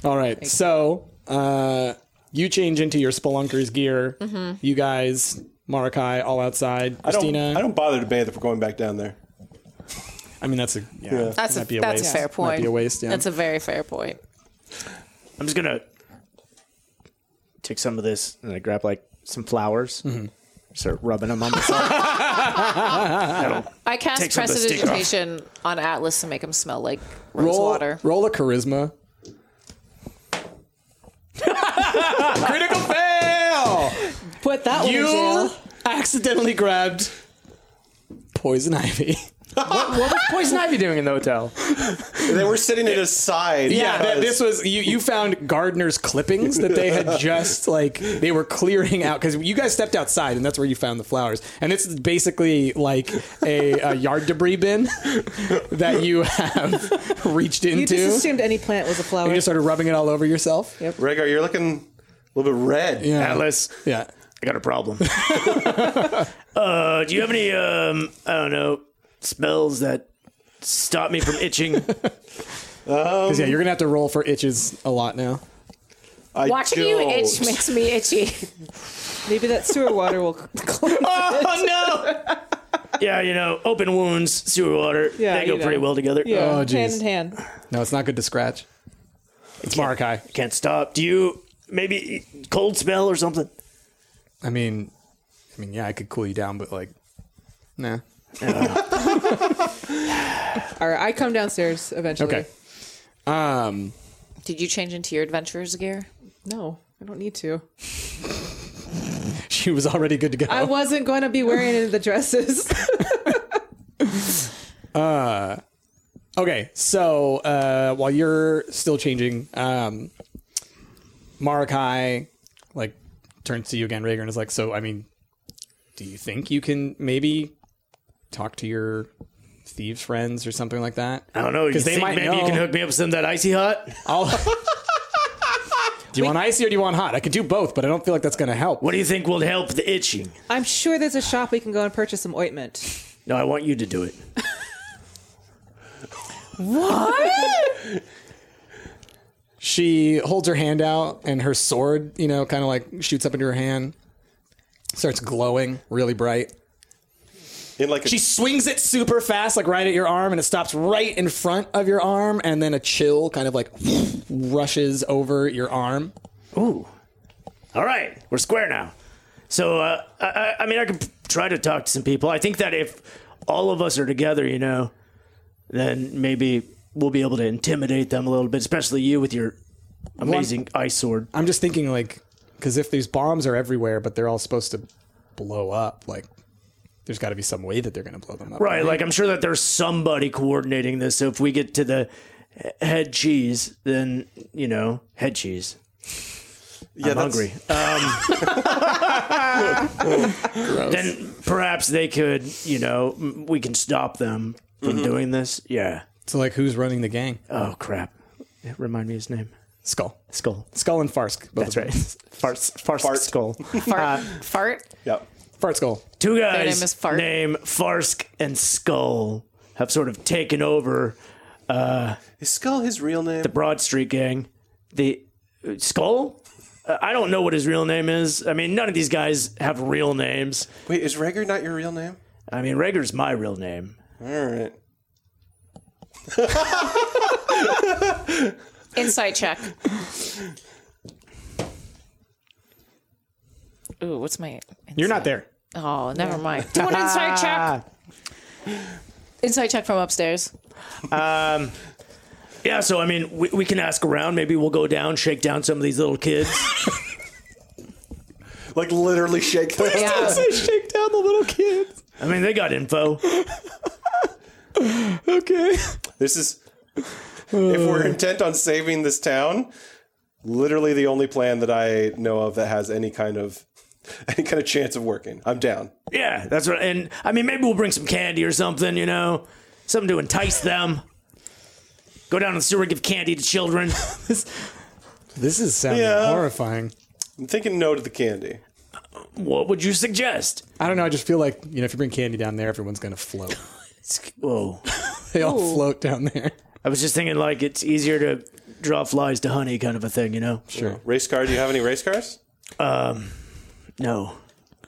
Speaker 3: all right, so uh, you change into your spelunker's gear. You guys, Marakai, all outside.
Speaker 9: I don't,
Speaker 3: Christina,
Speaker 9: I don't bother to bathe if we're going back down there.
Speaker 3: I mean, that's a yeah.
Speaker 4: That's a,
Speaker 3: Might be a
Speaker 4: that's
Speaker 3: waste.
Speaker 4: a fair point.
Speaker 3: Might be a waste, yeah.
Speaker 4: That's a very fair point.
Speaker 2: I'm just gonna take some of this and I grab like some flowers, start rubbing them on myself. That'll-
Speaker 4: I cast
Speaker 2: Take some of the stick off.
Speaker 4: prestidigitation on Atlas to make him smell like rose
Speaker 3: roll
Speaker 4: water.
Speaker 3: roll a charisma. Critical fail.
Speaker 6: Put that one in
Speaker 3: You
Speaker 6: jail.
Speaker 3: accidentally grabbed poison ivy.
Speaker 10: What was Poison Ivy doing in the hotel?
Speaker 9: They were sitting at his side.
Speaker 3: Yeah, th-
Speaker 9: because-
Speaker 3: this was you. You found gardener's clippings that they had just like they were clearing out because you guys stepped outside and that's where you found the flowers. And it's basically like a, a yard debris bin that you have reached
Speaker 6: You
Speaker 3: into.
Speaker 6: just assumed any plant was a flower.
Speaker 3: you just started rubbing it all over yourself.
Speaker 9: Rhaegar, you're looking a little bit red.
Speaker 3: Yeah.
Speaker 2: Atlas,
Speaker 3: Yeah.
Speaker 2: I got a problem. uh, do you have any um, I don't know spells that stop me from itching?
Speaker 3: 'Cause, yeah, you're gonna have to roll for itches a lot now.
Speaker 9: I
Speaker 4: Watching you
Speaker 9: don't.
Speaker 4: itch makes me itchy.
Speaker 6: Maybe that sewer water will cleanse
Speaker 3: Oh,
Speaker 6: it.
Speaker 2: no! yeah, you know, open wounds, sewer water,
Speaker 6: Yeah,
Speaker 2: they go
Speaker 6: you know.
Speaker 2: pretty well together.
Speaker 6: Yeah,
Speaker 3: Oh,
Speaker 6: hand
Speaker 3: jeez.
Speaker 6: in hand.
Speaker 3: No, it's not good to scratch. It's Marakai.
Speaker 2: Oh. Can't stop. Do you maybe cold spell or something?
Speaker 3: I mean, I mean, yeah, I could cool you down, but like, nah.
Speaker 6: All right, I come downstairs eventually.
Speaker 3: Okay. Um,
Speaker 4: Did you change into your adventurer's gear?
Speaker 6: No, I don't need to.
Speaker 3: she was already good to go.
Speaker 6: I wasn't going to be wearing any of the dresses.
Speaker 3: okay, so uh, while you're still changing, um, Marakai like turns to you again, Rhaegar, and is like, "So, I mean, do you think you can maybe talk to your thieves' friends or something like that?
Speaker 2: I don't know. You
Speaker 3: Because they
Speaker 2: think
Speaker 3: might
Speaker 2: maybe
Speaker 3: know.
Speaker 2: you can hook me up with some of that icy hot?
Speaker 3: I'll- do you want icy or do you want hot? I could do both, but I don't feel like that's going to help.
Speaker 2: What do you think will help the itching?
Speaker 6: I'm sure there's a shop we can go and purchase some ointment.
Speaker 2: No, I want you to do it.
Speaker 3: she holds her hand out and her sword, you know, kind of like shoots up into her hand, starts glowing really bright.
Speaker 9: In like a,
Speaker 3: She swings it super fast, like right at your arm, and it stops right in front of your arm, and then a chill kind of like rushes over your arm.
Speaker 2: Ooh. All right, we're square now. So, uh, I, I- I mean, I could try to talk to some people. I think that if all of us are together, you know, then maybe we'll be able to intimidate them a little bit, especially you with your amazing ice sword.
Speaker 3: I'm just thinking, like, because if these bombs are everywhere, but they're all supposed to blow up, like, there's got to be some way that they're going to blow them up.
Speaker 2: Right, like I'm sure that there's somebody coordinating this. So if we get to the he- head cheese, then you know, head cheese.
Speaker 9: yeah,
Speaker 2: I'm
Speaker 9: that's-
Speaker 2: hungry. Um, then perhaps they could, you know, m- we can stop them from doing this. Yeah.
Speaker 3: So, like, who's running the gang?
Speaker 2: Oh crap! Remind me his name.
Speaker 3: Skull.
Speaker 2: Skull.
Speaker 3: Skull and Farsk. both
Speaker 2: That's
Speaker 3: of them.
Speaker 2: right. Farts. Farts.
Speaker 9: Fart.
Speaker 2: Skull.
Speaker 4: Fart? fart?
Speaker 9: Yep.
Speaker 3: Fart Skull.
Speaker 2: Two guys.
Speaker 4: name is Fart.
Speaker 2: Name Farsk and Skull have sort of taken over
Speaker 9: Is Skull his real name?
Speaker 2: the Broad Street Gang. The uh, Skull. Uh, I don't know what his real name is. I mean, none of these guys have real names.
Speaker 9: Wait, is Rhaegar not your real name?
Speaker 2: I mean, Rager's my real name.
Speaker 9: All right.
Speaker 4: Insight check. Ooh, what's my.
Speaker 3: You're not there.
Speaker 4: Oh, never mind. Do an insight check. Insight check from upstairs.
Speaker 2: Yeah, so I mean, we, we can ask around. Maybe we'll go down, shake down some of these little kids.
Speaker 9: Like literally shake their
Speaker 4: Yeah.
Speaker 3: They shake down the little kids.
Speaker 2: I mean, they got info.
Speaker 3: Okay.
Speaker 9: This is if
Speaker 3: Uh.
Speaker 9: we're intent on saving this town, literally the only plan that I know of that has any kind of any kind of chance of working. I'm down.
Speaker 2: Yeah, that's right. And I mean, maybe we'll bring some candy or something, you know, something to entice them. Go down to the sewer, give candy to children.
Speaker 3: This is sounding
Speaker 9: Yeah.
Speaker 3: horrifying.
Speaker 9: I'm thinking no to the candy.
Speaker 2: what would you suggest?
Speaker 3: I don't know. I just feel like you know, if you bring candy down there, everyone's gonna float.
Speaker 2: Whoa.
Speaker 3: They all float down there.
Speaker 2: I was just thinking, like, it's easier to draw flies to honey kind of a thing, you know?
Speaker 3: Sure.
Speaker 9: Race car, do you have any race cars?
Speaker 2: No.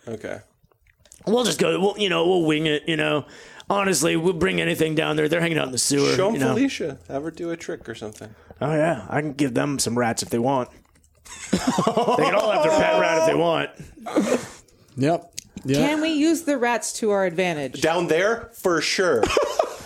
Speaker 9: Okay.
Speaker 2: We'll just go, we'll, you know, we'll wing it, you know? Honestly, we'll bring anything down there. They're hanging out in the sewer.
Speaker 3: Uh,
Speaker 9: Show 'em
Speaker 2: you know?
Speaker 9: Felicia. Have her do a trick or something.
Speaker 2: Oh, yeah. I can give them some rats if they want. they can all have their pet rat if they want.
Speaker 3: Yep.
Speaker 6: Can we use the rats to our advantage?
Speaker 9: Down there, for sure.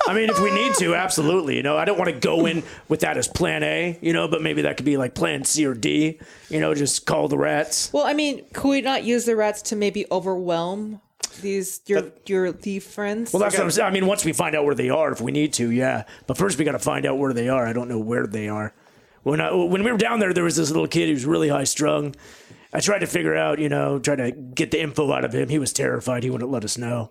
Speaker 2: I mean, if we need to, absolutely. You know, I don't want to go in with that as plan A, you know, but maybe that could be like plan C or D, you know, just call the rats.
Speaker 6: Well, I mean, could we not use the rats to maybe overwhelm these your your thief friends?
Speaker 2: Well, that's what I'm saying. I mean, once we find out where they are, if we need to, yeah. But first, we got to find out where they are. I don't know where they are. When I, when we were down there, there was this little kid who was really high strung. I tried to figure out, you know, tried to get the info out of him. He was terrified. He wouldn't let us know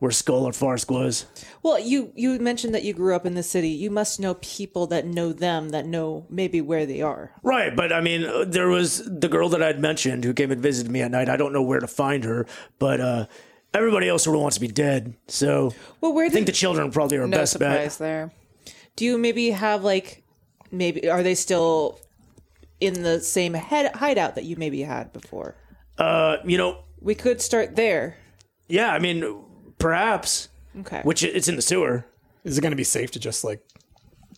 Speaker 2: where Skull or Farsk was.
Speaker 6: Well, you you mentioned that you grew up in the city. You must know people that know them that know maybe where they are.
Speaker 2: Right, but I mean, uh, there was the girl that I'd mentioned who came and visited me at night. I don't know where to find her, but uh, everybody else sort of wants to be dead. So
Speaker 6: Well, where
Speaker 2: I think
Speaker 6: did,
Speaker 2: the children probably are our
Speaker 4: No
Speaker 2: best
Speaker 4: surprise
Speaker 2: bet.
Speaker 4: there.
Speaker 6: do you maybe have like maybe are they still in the same head hideout that you maybe had before?
Speaker 2: Uh, you know,
Speaker 6: We could start there.
Speaker 2: yeah, I mean, perhaps,
Speaker 6: Okay.
Speaker 2: which i- it's in the sewer.
Speaker 3: Is it gonna be safe to just like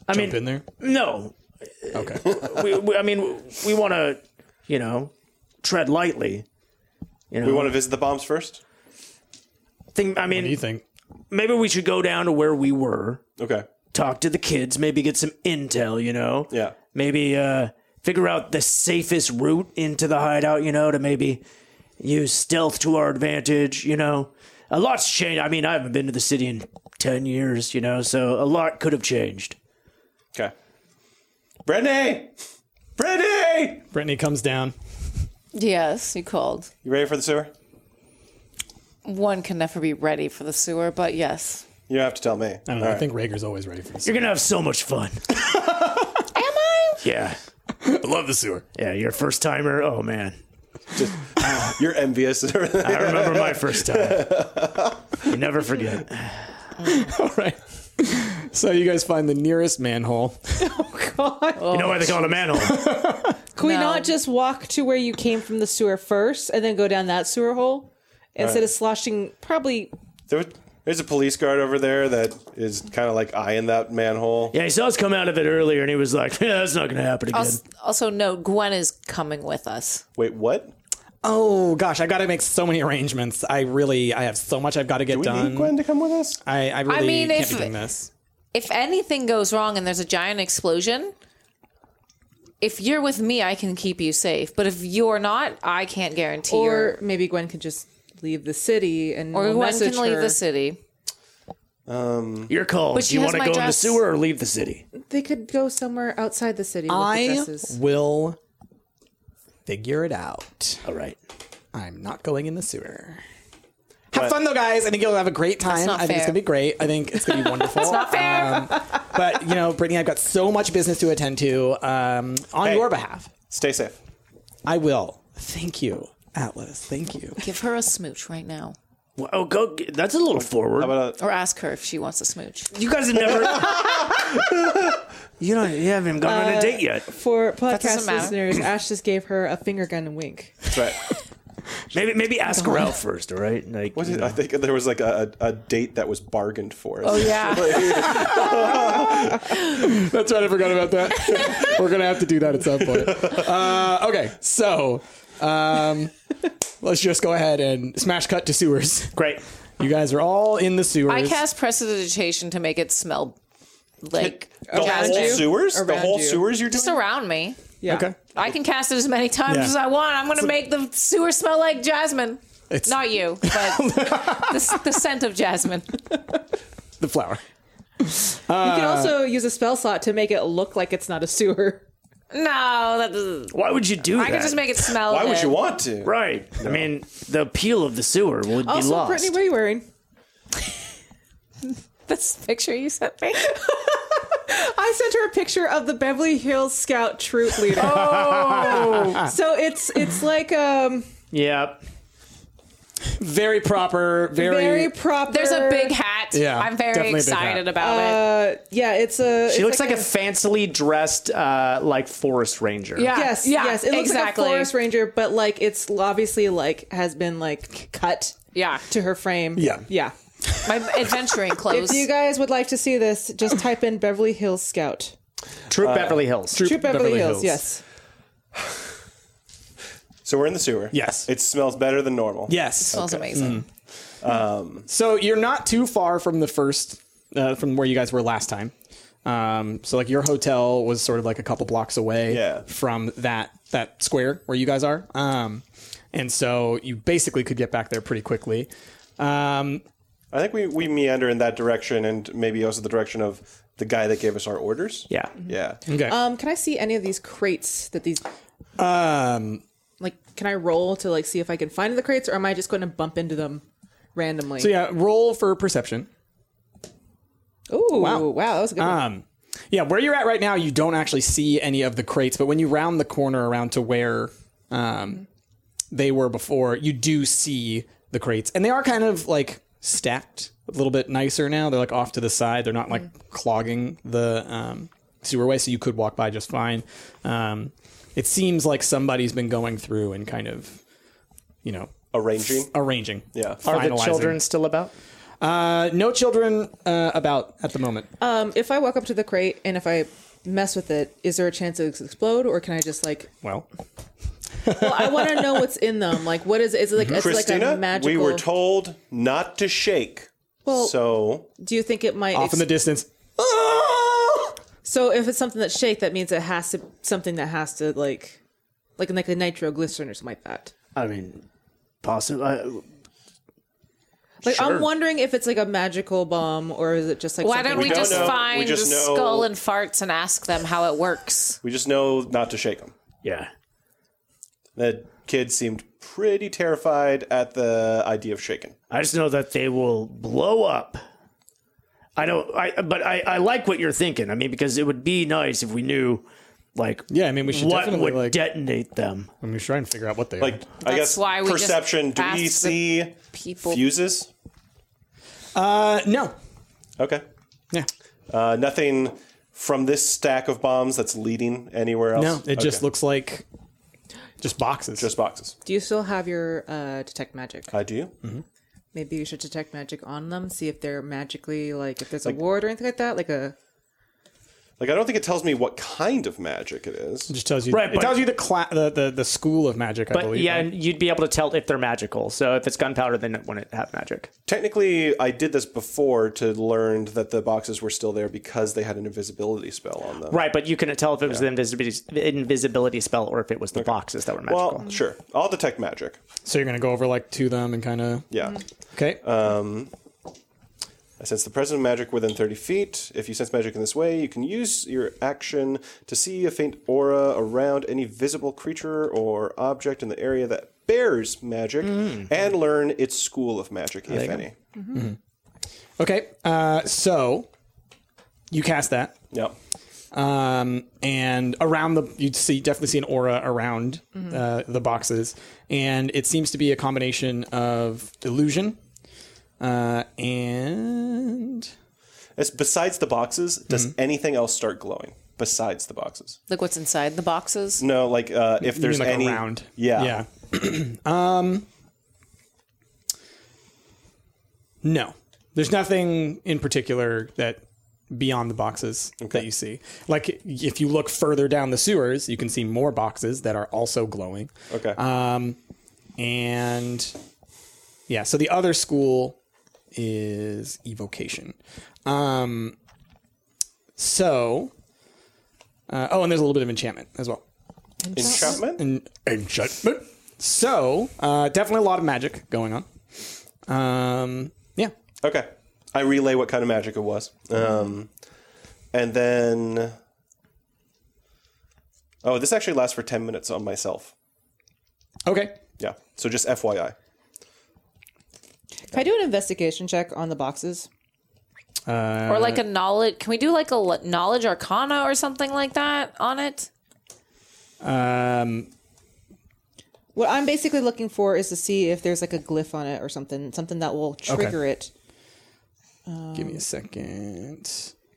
Speaker 2: I
Speaker 3: jump
Speaker 2: mean,
Speaker 3: in there?
Speaker 2: no.
Speaker 3: Okay.
Speaker 2: We, we, I mean, we want to, you know, tread lightly. You know,
Speaker 9: we want to visit the bombs first.
Speaker 2: think. I
Speaker 3: what do you
Speaker 2: mean,
Speaker 3: think?
Speaker 2: maybe we should go down to where we were,
Speaker 9: Okay.
Speaker 2: talk to the kids, maybe get some intel. You know,
Speaker 9: Yeah.
Speaker 2: maybe uh, figure out the safest route into the hideout, you know, to maybe use stealth to our advantage, you know. A lot's changed. I mean, I haven't been to the city in 10 years, you know, so a lot could have changed.
Speaker 9: Okay. Brittany! Brittany!
Speaker 3: Brittany comes down.
Speaker 4: Yes, you called.
Speaker 9: You ready for the sewer?
Speaker 4: One can never be ready for the sewer, but yes.
Speaker 9: You don't have to tell me.
Speaker 3: I don't know. I think Rager's always ready for this.
Speaker 2: You're going to have so much fun.
Speaker 4: Am I?
Speaker 2: Yeah.
Speaker 3: I love the sewer.
Speaker 2: Yeah, you're a first timer. Oh, man.
Speaker 9: You're envious and everything.
Speaker 2: I remember my first time. You never forget.
Speaker 3: All right. So you guys find the nearest manhole.
Speaker 2: You know why they call it a manhole?
Speaker 6: Can we
Speaker 4: No.
Speaker 6: not just walk to where you came from the sewer first and then go down that sewer hole instead of sloshing probably
Speaker 9: There, there's a police guard over there that is kind of like eyeing that manhole.
Speaker 2: Yeah, he saw us come out of it earlier and he was like, yeah, that's not going to happen again.
Speaker 4: Also, also, no, Gwen is coming with us.
Speaker 9: Wait, what?
Speaker 3: Oh gosh, I got to make so many arrangements. I really, I have so much I've got to get
Speaker 9: We
Speaker 3: done.
Speaker 9: need Gwen to come with us?
Speaker 3: I, I really
Speaker 4: mean,
Speaker 3: can't
Speaker 4: if-
Speaker 3: be doing this.
Speaker 4: If anything goes wrong and there's a giant explosion, if you're with me, I can keep you safe. But if you're not, I can't guarantee.
Speaker 6: or maybe Gwen could just leave the city and
Speaker 4: your,
Speaker 6: we'll
Speaker 4: or Gwen
Speaker 6: message
Speaker 4: can leave
Speaker 6: her.
Speaker 4: the city.
Speaker 2: Your call.
Speaker 4: But
Speaker 2: Do
Speaker 4: she
Speaker 2: you
Speaker 4: has
Speaker 2: want to
Speaker 4: my
Speaker 2: go in the
Speaker 4: dress.
Speaker 2: sewer or leave the city?
Speaker 6: They could go somewhere outside the city with the
Speaker 3: I
Speaker 6: dresses.
Speaker 3: will figure it out.
Speaker 2: All right.
Speaker 3: I'm not going in the sewer. Have fun though, guys. I think you'll have a great time.
Speaker 4: not
Speaker 3: I think it's
Speaker 4: fair.
Speaker 3: gonna be great. I think it's gonna be wonderful. it's not
Speaker 4: Uh,
Speaker 3: fair. but you know, Brittany, I've got so much business to attend to um, on
Speaker 9: Hey.
Speaker 3: your behalf.
Speaker 9: Stay safe.
Speaker 3: I will. Thank you, Atlas. Thank you.
Speaker 4: Give her a smooch right now,
Speaker 2: Well, oh, go. Get, that's a little forward.
Speaker 9: Uh,
Speaker 4: or ask her if she wants a smooch.
Speaker 2: You guys have never. you don't. You haven't even gone on
Speaker 4: Uh,
Speaker 2: a date yet.
Speaker 6: For
Speaker 4: doesn't
Speaker 6: podcast
Speaker 4: matter.
Speaker 6: listeners, Ash just gave her a finger gun and wink.
Speaker 9: That's right.
Speaker 2: Maybe maybe ask her out first. All right. Like, uh,
Speaker 9: What
Speaker 2: you
Speaker 9: did,
Speaker 2: know.
Speaker 9: I think there was like a, a a date that was bargained for.
Speaker 4: Oh yeah,
Speaker 3: That's right. I forgot about that. We're gonna have to do that at some point. Uh, okay, so um, let's just go ahead and smash cut to sewers.
Speaker 2: great.
Speaker 3: You guys are all in the sewers.
Speaker 4: I cast prestidigitation to make it smell like
Speaker 9: The
Speaker 4: jasmine.
Speaker 9: whole
Speaker 6: you?
Speaker 9: sewers? the
Speaker 6: Around
Speaker 9: whole
Speaker 6: you.
Speaker 9: sewers you're doing?
Speaker 4: Just around me.
Speaker 6: Yeah.
Speaker 3: Okay.
Speaker 4: I can cast it as many times
Speaker 3: Yeah.
Speaker 4: as I want. I'm going to make the sewer smell like jasmine.
Speaker 3: It's-
Speaker 4: Not you, but the, the scent of jasmine.
Speaker 3: the flower.
Speaker 6: you
Speaker 2: Uh,
Speaker 6: can also use a spell slot to make it look like it's not a sewer.
Speaker 4: No, that doesn't.
Speaker 2: Why would you do
Speaker 4: I
Speaker 2: that?
Speaker 4: could just make it smell.
Speaker 9: Why would
Speaker 4: good.
Speaker 9: you want to?
Speaker 2: Right. I mean, the appeal of the sewer would be
Speaker 6: Also,
Speaker 2: lost.
Speaker 6: Brittany, what are you wearing?
Speaker 4: this picture you sent me?
Speaker 6: I sent her a picture of the Beverly Hills Scout troop leader.
Speaker 2: Oh!
Speaker 6: so it's it's like um
Speaker 2: yep.
Speaker 3: Very proper. Very.
Speaker 6: very proper.
Speaker 4: There's a big hat.
Speaker 3: Yeah,
Speaker 4: I'm
Speaker 3: definitely a
Speaker 4: very
Speaker 3: big
Speaker 4: excited
Speaker 3: hat.
Speaker 4: about it.
Speaker 6: Uh, yeah, it's a.
Speaker 2: She looks like, a, fancily dressed, uh, like forest ranger.
Speaker 4: Yeah.
Speaker 6: Yes,
Speaker 4: yeah,
Speaker 6: yes. It looks
Speaker 4: exactly.
Speaker 6: like a forest ranger, but like it's obviously like has been like cut
Speaker 4: Yeah.
Speaker 6: to her frame.
Speaker 11: Yeah.
Speaker 6: yeah.
Speaker 4: My adventuring clothes.
Speaker 6: If you guys would like to see this, just type in Beverly Hills Scout.
Speaker 2: Troop Beverly Hills.
Speaker 6: Troop Beverly, Hills. Yes.
Speaker 9: So we're in the sewer.
Speaker 3: Yes.
Speaker 9: It smells better than normal.
Speaker 3: Yes.
Speaker 4: smells
Speaker 3: Hmm.
Speaker 4: amazing.
Speaker 3: So you're not too far from the first, uh, from where you guys were last time. Um, so like your hotel was sort of like a couple blocks away
Speaker 9: Yeah.
Speaker 3: from that that square where you guys are. Um, and so you basically could get back there pretty quickly. Um,
Speaker 9: I think we, we meander in that direction and maybe also the direction of the guy that gave us our orders.
Speaker 2: Yeah.
Speaker 9: Yeah.
Speaker 3: okay.
Speaker 6: Um, can I see any of these crates that these?
Speaker 3: Um,
Speaker 6: Like, can I roll to like see if I can find the crates, or am I just going to bump into them randomly?
Speaker 3: so yeah, roll for perception.
Speaker 6: Ooh, wow. that was a good. one.
Speaker 3: Um, yeah, where you're at right now, you don't actually see any of the crates, but when you round the corner around to where um, they were before, you do see the crates, and they are kind of like stacked a little bit nicer now. They're like off to the side; they're not like clogging the um, sewerway, so you could walk by just fine. Um, it seems like somebody's been going through and kind of, you know,
Speaker 9: Arranging.
Speaker 3: arranging.
Speaker 9: Yeah.
Speaker 2: Are the
Speaker 3: finalizing.
Speaker 2: children still about?
Speaker 3: Uh, no children uh, about at the moment.
Speaker 6: Um, if I walk up to the crate and if I mess with it, is there a chance it explode, or can I just like?
Speaker 3: well,
Speaker 6: Well, I want to know what's in them. Like, what is? Is it like? It's
Speaker 9: Mm-hmm. Christina,
Speaker 6: like a magical.
Speaker 9: we were told not to shake.
Speaker 6: Well-
Speaker 9: so
Speaker 6: Do you think it might?
Speaker 3: off in the distance.
Speaker 6: So if it's something that shake, that means it has to something that has to like, like like a nitroglycerin or something like that.
Speaker 2: I mean, possibly. Uh,
Speaker 6: Like
Speaker 2: Sure.
Speaker 6: I'm wondering if it's like a magical bomb or is it just like
Speaker 4: Why
Speaker 6: something
Speaker 4: don't we,
Speaker 9: don't
Speaker 4: just
Speaker 9: know. We
Speaker 4: find
Speaker 9: just
Speaker 4: the
Speaker 9: know-
Speaker 4: skull and farts and ask them how it works?
Speaker 9: we just know not to shake them.
Speaker 2: yeah.
Speaker 9: The kid seemed pretty terrified at the idea of shaking.
Speaker 2: I just know that they will blow up. I don't. I but I, I like what you're thinking. I mean, because it would be nice if we knew, like,
Speaker 3: Yeah, I mean, we should
Speaker 2: what
Speaker 3: definitely
Speaker 2: would
Speaker 3: like.
Speaker 2: detonate them.
Speaker 3: I'm just trying to figure out what they
Speaker 9: Like
Speaker 4: That's
Speaker 9: I guess
Speaker 4: why we just
Speaker 9: perception. Do we
Speaker 4: asked the
Speaker 9: see
Speaker 4: People.
Speaker 9: fuses?
Speaker 3: are. Uh, no.
Speaker 9: Okay.
Speaker 3: Yeah.
Speaker 9: Uh, nothing from this stack of bombs that's leading anywhere else.
Speaker 3: No. It just
Speaker 9: Okay.
Speaker 3: looks like just boxes.
Speaker 9: just boxes.
Speaker 6: Do you still have your uh, detect magic?
Speaker 9: I do.
Speaker 3: Mm-hmm.
Speaker 6: Maybe you should detect magic on them, see if they're magically like if there's a ward or anything like that. Like a
Speaker 9: Like I don't think it tells me what kind of magic it is.
Speaker 3: just tells you.
Speaker 2: Right,
Speaker 3: Right, it
Speaker 2: but-
Speaker 3: tells you the, cla- the the the school of magic. I
Speaker 2: But
Speaker 3: believe.
Speaker 2: yeah, and you'd be able to tell if they're magical. So if it's gunpowder, then it wouldn't have magic.
Speaker 9: Technically, I did this before to learn that the boxes were still there because they had an invisibility spell on them.
Speaker 2: Right, but you couldn't tell if it was the invisibility, invisibility spell or if it was the boxes that were magical.
Speaker 9: Well, sure. I'll detect magic.
Speaker 3: So you're gonna go over like to them and kind of.
Speaker 9: Yeah.
Speaker 4: Mm-hmm.
Speaker 3: Okay.
Speaker 9: I sense the presence of magic within 30 feet. If you sense magic in this way, you can use your action to see a faint aura around any visible creature or object in the area that bears magic
Speaker 3: Mm.
Speaker 9: and learn its school of magic, if any.
Speaker 3: okay. Uh, so you cast that.
Speaker 9: Yep.
Speaker 3: um, and around the you'd see definitely see an aura around uh, the boxes, and it seems to be a combination of illusion uh, and
Speaker 9: As besides the boxes, does
Speaker 3: Mm-hmm.
Speaker 9: anything else start glowing besides the boxes?
Speaker 4: Like what's inside the boxes?
Speaker 9: No, like uh, if
Speaker 3: you mean
Speaker 9: there's
Speaker 3: like
Speaker 9: any
Speaker 3: around.
Speaker 9: Yeah.
Speaker 3: yeah. um, no, there's nothing in particular that beyond the boxes that you see. Like if you look further down the sewers, you can see more boxes that are also glowing.
Speaker 9: Okay.
Speaker 3: Uh, and yeah so the other school is evocation um so uh, oh and there's a little bit of enchantment as well
Speaker 9: Enchantment.
Speaker 3: En- enchantment so uh definitely a lot of magic going on um yeah
Speaker 9: okay. I relay what kind of magic it was. Um, and then. Oh, this actually lasts for 10 minutes on myself.
Speaker 3: Okay.
Speaker 9: Yeah. So just FYI.
Speaker 6: Can I do an investigation check on the boxes?
Speaker 3: Uh,
Speaker 4: or like a knowledge. Can we do like a l- knowledge arcana or something like that on it?
Speaker 3: Um,
Speaker 6: What I'm basically looking for is to see if there's like a glyph on it or something, something that will trigger it.
Speaker 3: Give me a second.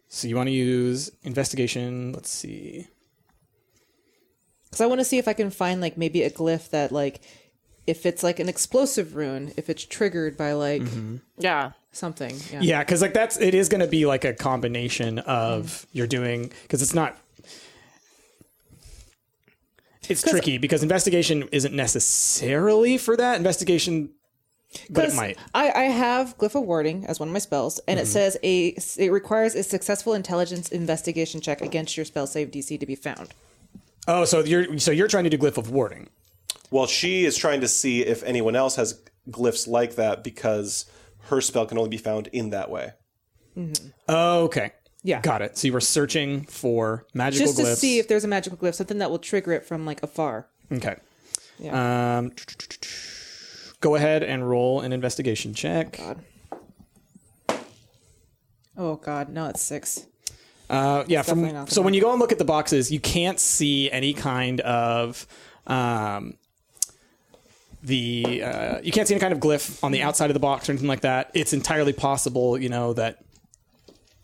Speaker 3: So you want to use investigation? Let's see.
Speaker 6: Because I want to see if I can find like maybe a glyph that like, if it's like an explosive rune, if it's triggered by like
Speaker 4: Yeah.
Speaker 6: something. Yeah.
Speaker 3: Mm-hmm. Yeah, because like that's it is going to be like a combination of you're doing because it's not. It's tricky because investigation isn't necessarily for that investigation, but it
Speaker 6: 'Cause
Speaker 3: might. Mm-hmm.
Speaker 6: I, I have glyph of warding as one of my spells, and it says a it requires a successful intelligence investigation check against your spell save DC to be found.
Speaker 3: Oh, so you're so you're trying to do glyph of warding.
Speaker 9: Well, she is trying to see if anyone else has glyphs like that because her spell can only be found in that way.
Speaker 3: Okay.
Speaker 6: Yeah.
Speaker 3: Got it. So you were searching for magical
Speaker 6: Just
Speaker 3: glyphs.
Speaker 6: to see if there's a magical glyph, something that will trigger it from like afar.
Speaker 3: okay. Um, go ahead and roll an investigation check.
Speaker 6: Oh God, no, it's six.
Speaker 3: Uh, yeah, from,
Speaker 6: definitely not the
Speaker 3: so when
Speaker 6: one.
Speaker 3: you go and look at the boxes, you can't see any kind of um, the uh, you can't see any kind of glyph on the
Speaker 6: Mm-hmm.
Speaker 3: outside of the box or anything like that. It's entirely possible, you know, that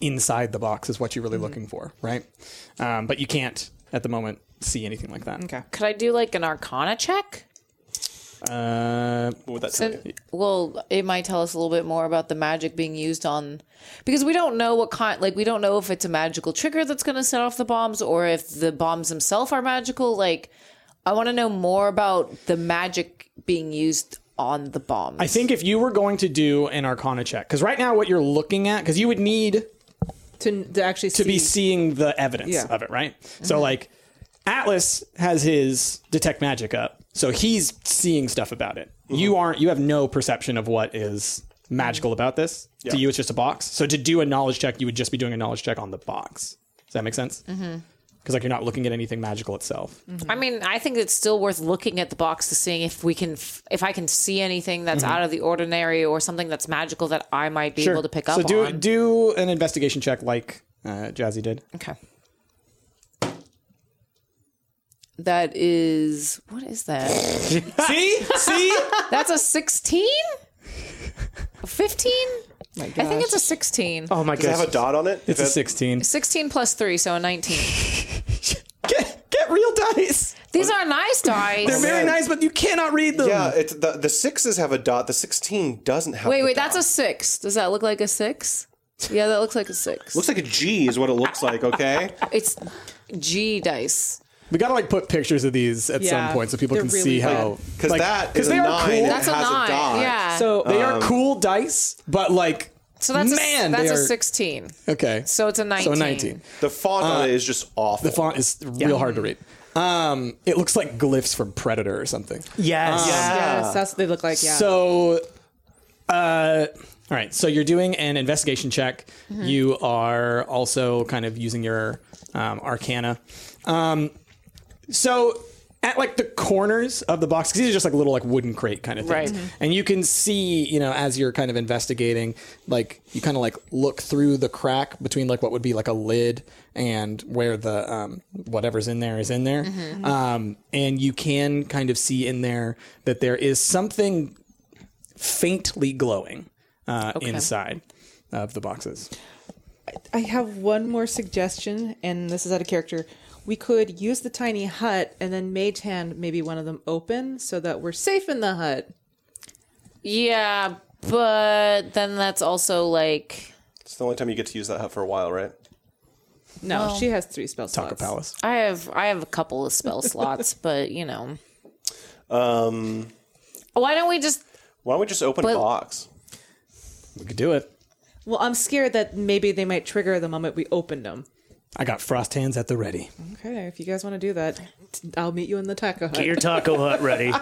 Speaker 3: inside the box is what you're really
Speaker 6: Mm-hmm.
Speaker 3: looking for, right? Um, but you can't at the moment see anything like that.
Speaker 6: Okay.
Speaker 4: Could I do like an arcana check?
Speaker 3: Uh,
Speaker 9: What would that tell
Speaker 4: So,
Speaker 9: you?
Speaker 4: well, it might tell us a little bit more about the magic being used on, because we don't know what kind. Like, we don't know if it's a magical trigger that's going to set off the bombs, or if the bombs themselves are magical. Like, I want to know more about the magic being used on the bombs.
Speaker 3: I think if you were going to do an Arcana check, because right now what you're looking at, because you would need
Speaker 6: To, to actually
Speaker 3: to
Speaker 6: see.
Speaker 3: be seeing the evidence
Speaker 6: Yeah.
Speaker 3: of it, right? So like Atlas has his detect magic up. So he's seeing stuff about it. You aren't you have no perception of what is magical about this. To you it's just a box. So to do a knowledge check, you would just be doing a knowledge check on the box. Does that make sense? Mm-hmm. Because like you're not looking at anything magical itself.
Speaker 4: I mean, I think it's still worth looking at the box to seeing if we can, f- if I can see anything that's
Speaker 3: Mm-hmm.
Speaker 4: out of the ordinary or something that's magical that I might be able to pick up
Speaker 3: so do
Speaker 4: on.
Speaker 3: do an investigation check like uh, Jazzy did.
Speaker 4: okay. That is what is that?
Speaker 3: See, see,
Speaker 4: That's a sixteen. Fifteen.
Speaker 6: my
Speaker 4: I think it's
Speaker 6: gosh.
Speaker 4: a sixteen.
Speaker 2: Oh my
Speaker 9: Does it
Speaker 2: gosh.
Speaker 9: have a dot on it?
Speaker 3: it's a sixteen.
Speaker 4: Sixteen plus three, so a nineteen.
Speaker 3: Get, get real dice.
Speaker 4: These are nice dice.
Speaker 3: Very nice, but you cannot read them.
Speaker 9: Yeah, it's the, the sixes have a dot. The 16 doesn't have
Speaker 4: Wait,
Speaker 9: the
Speaker 4: wait,
Speaker 9: dot.
Speaker 4: that's a six. Does that look like a six? Yeah, that looks like a six.
Speaker 9: Looks like a G is what it looks like, okay?
Speaker 4: It's G dice.
Speaker 3: We gotta like put pictures of these at some
Speaker 6: Yeah.
Speaker 3: point so people
Speaker 6: They're
Speaker 3: can
Speaker 6: really
Speaker 3: see
Speaker 6: bad.
Speaker 3: how
Speaker 9: Because
Speaker 3: like,
Speaker 9: that
Speaker 3: 'cause
Speaker 9: is a
Speaker 3: they are
Speaker 9: nine.
Speaker 3: Cool.
Speaker 9: and
Speaker 4: That's
Speaker 9: it Um,
Speaker 4: a
Speaker 9: has
Speaker 4: nine.
Speaker 9: dot.
Speaker 4: Yeah.
Speaker 6: so.
Speaker 3: they are cool dice, but like
Speaker 4: So that's
Speaker 3: man,
Speaker 4: a, that's
Speaker 3: they
Speaker 4: a
Speaker 3: are-
Speaker 4: 16.
Speaker 3: Okay,
Speaker 4: So it's a 19.
Speaker 3: so a nineteen.
Speaker 9: The font on it is just awful.
Speaker 3: Uh, The font is real hard to read. Um, it looks like glyphs from Predator or something.
Speaker 2: yes.
Speaker 6: Yes, that's what they look like. Yeah.
Speaker 3: So, uh, all right. So you're doing an investigation check.
Speaker 6: Mm-hmm.
Speaker 3: You are also kind of using your um, arcana. Um, so at like the corners of the box, because these are just like little like wooden crate kind of things,
Speaker 4: Right. Mhm.
Speaker 3: and you can see, you know, as you're kind of investigating, like you kind of like look through the crack between like what would be like a lid and where the um, whatever's in there is in there,
Speaker 6: Mm-hmm.
Speaker 3: um, and you can kind of see in there that there is something faintly glowing uh, inside of the boxes.
Speaker 6: I have one more suggestion, and this is out of character. We could use the tiny hut and then mage hand maybe one of them open so that we're safe in the hut.
Speaker 4: Yeah, but then that's also like
Speaker 9: it's the only time you get to use that hut for a while, right?
Speaker 6: No, she has three spell
Speaker 3: Taco
Speaker 6: slots.
Speaker 3: Palace.
Speaker 4: I have I have a couple of spell slots, but you know.
Speaker 9: Um,
Speaker 4: Why don't we just
Speaker 9: why don't we just open a
Speaker 4: But-
Speaker 9: box?
Speaker 3: We could do it.
Speaker 6: Well, I'm scared that maybe they might trigger the moment we opened them.
Speaker 3: I got frost hands at the ready.
Speaker 6: Okay, if you guys want to do that, t- I'll meet you in the taco hut.
Speaker 2: Get your taco hut ready.
Speaker 4: uh,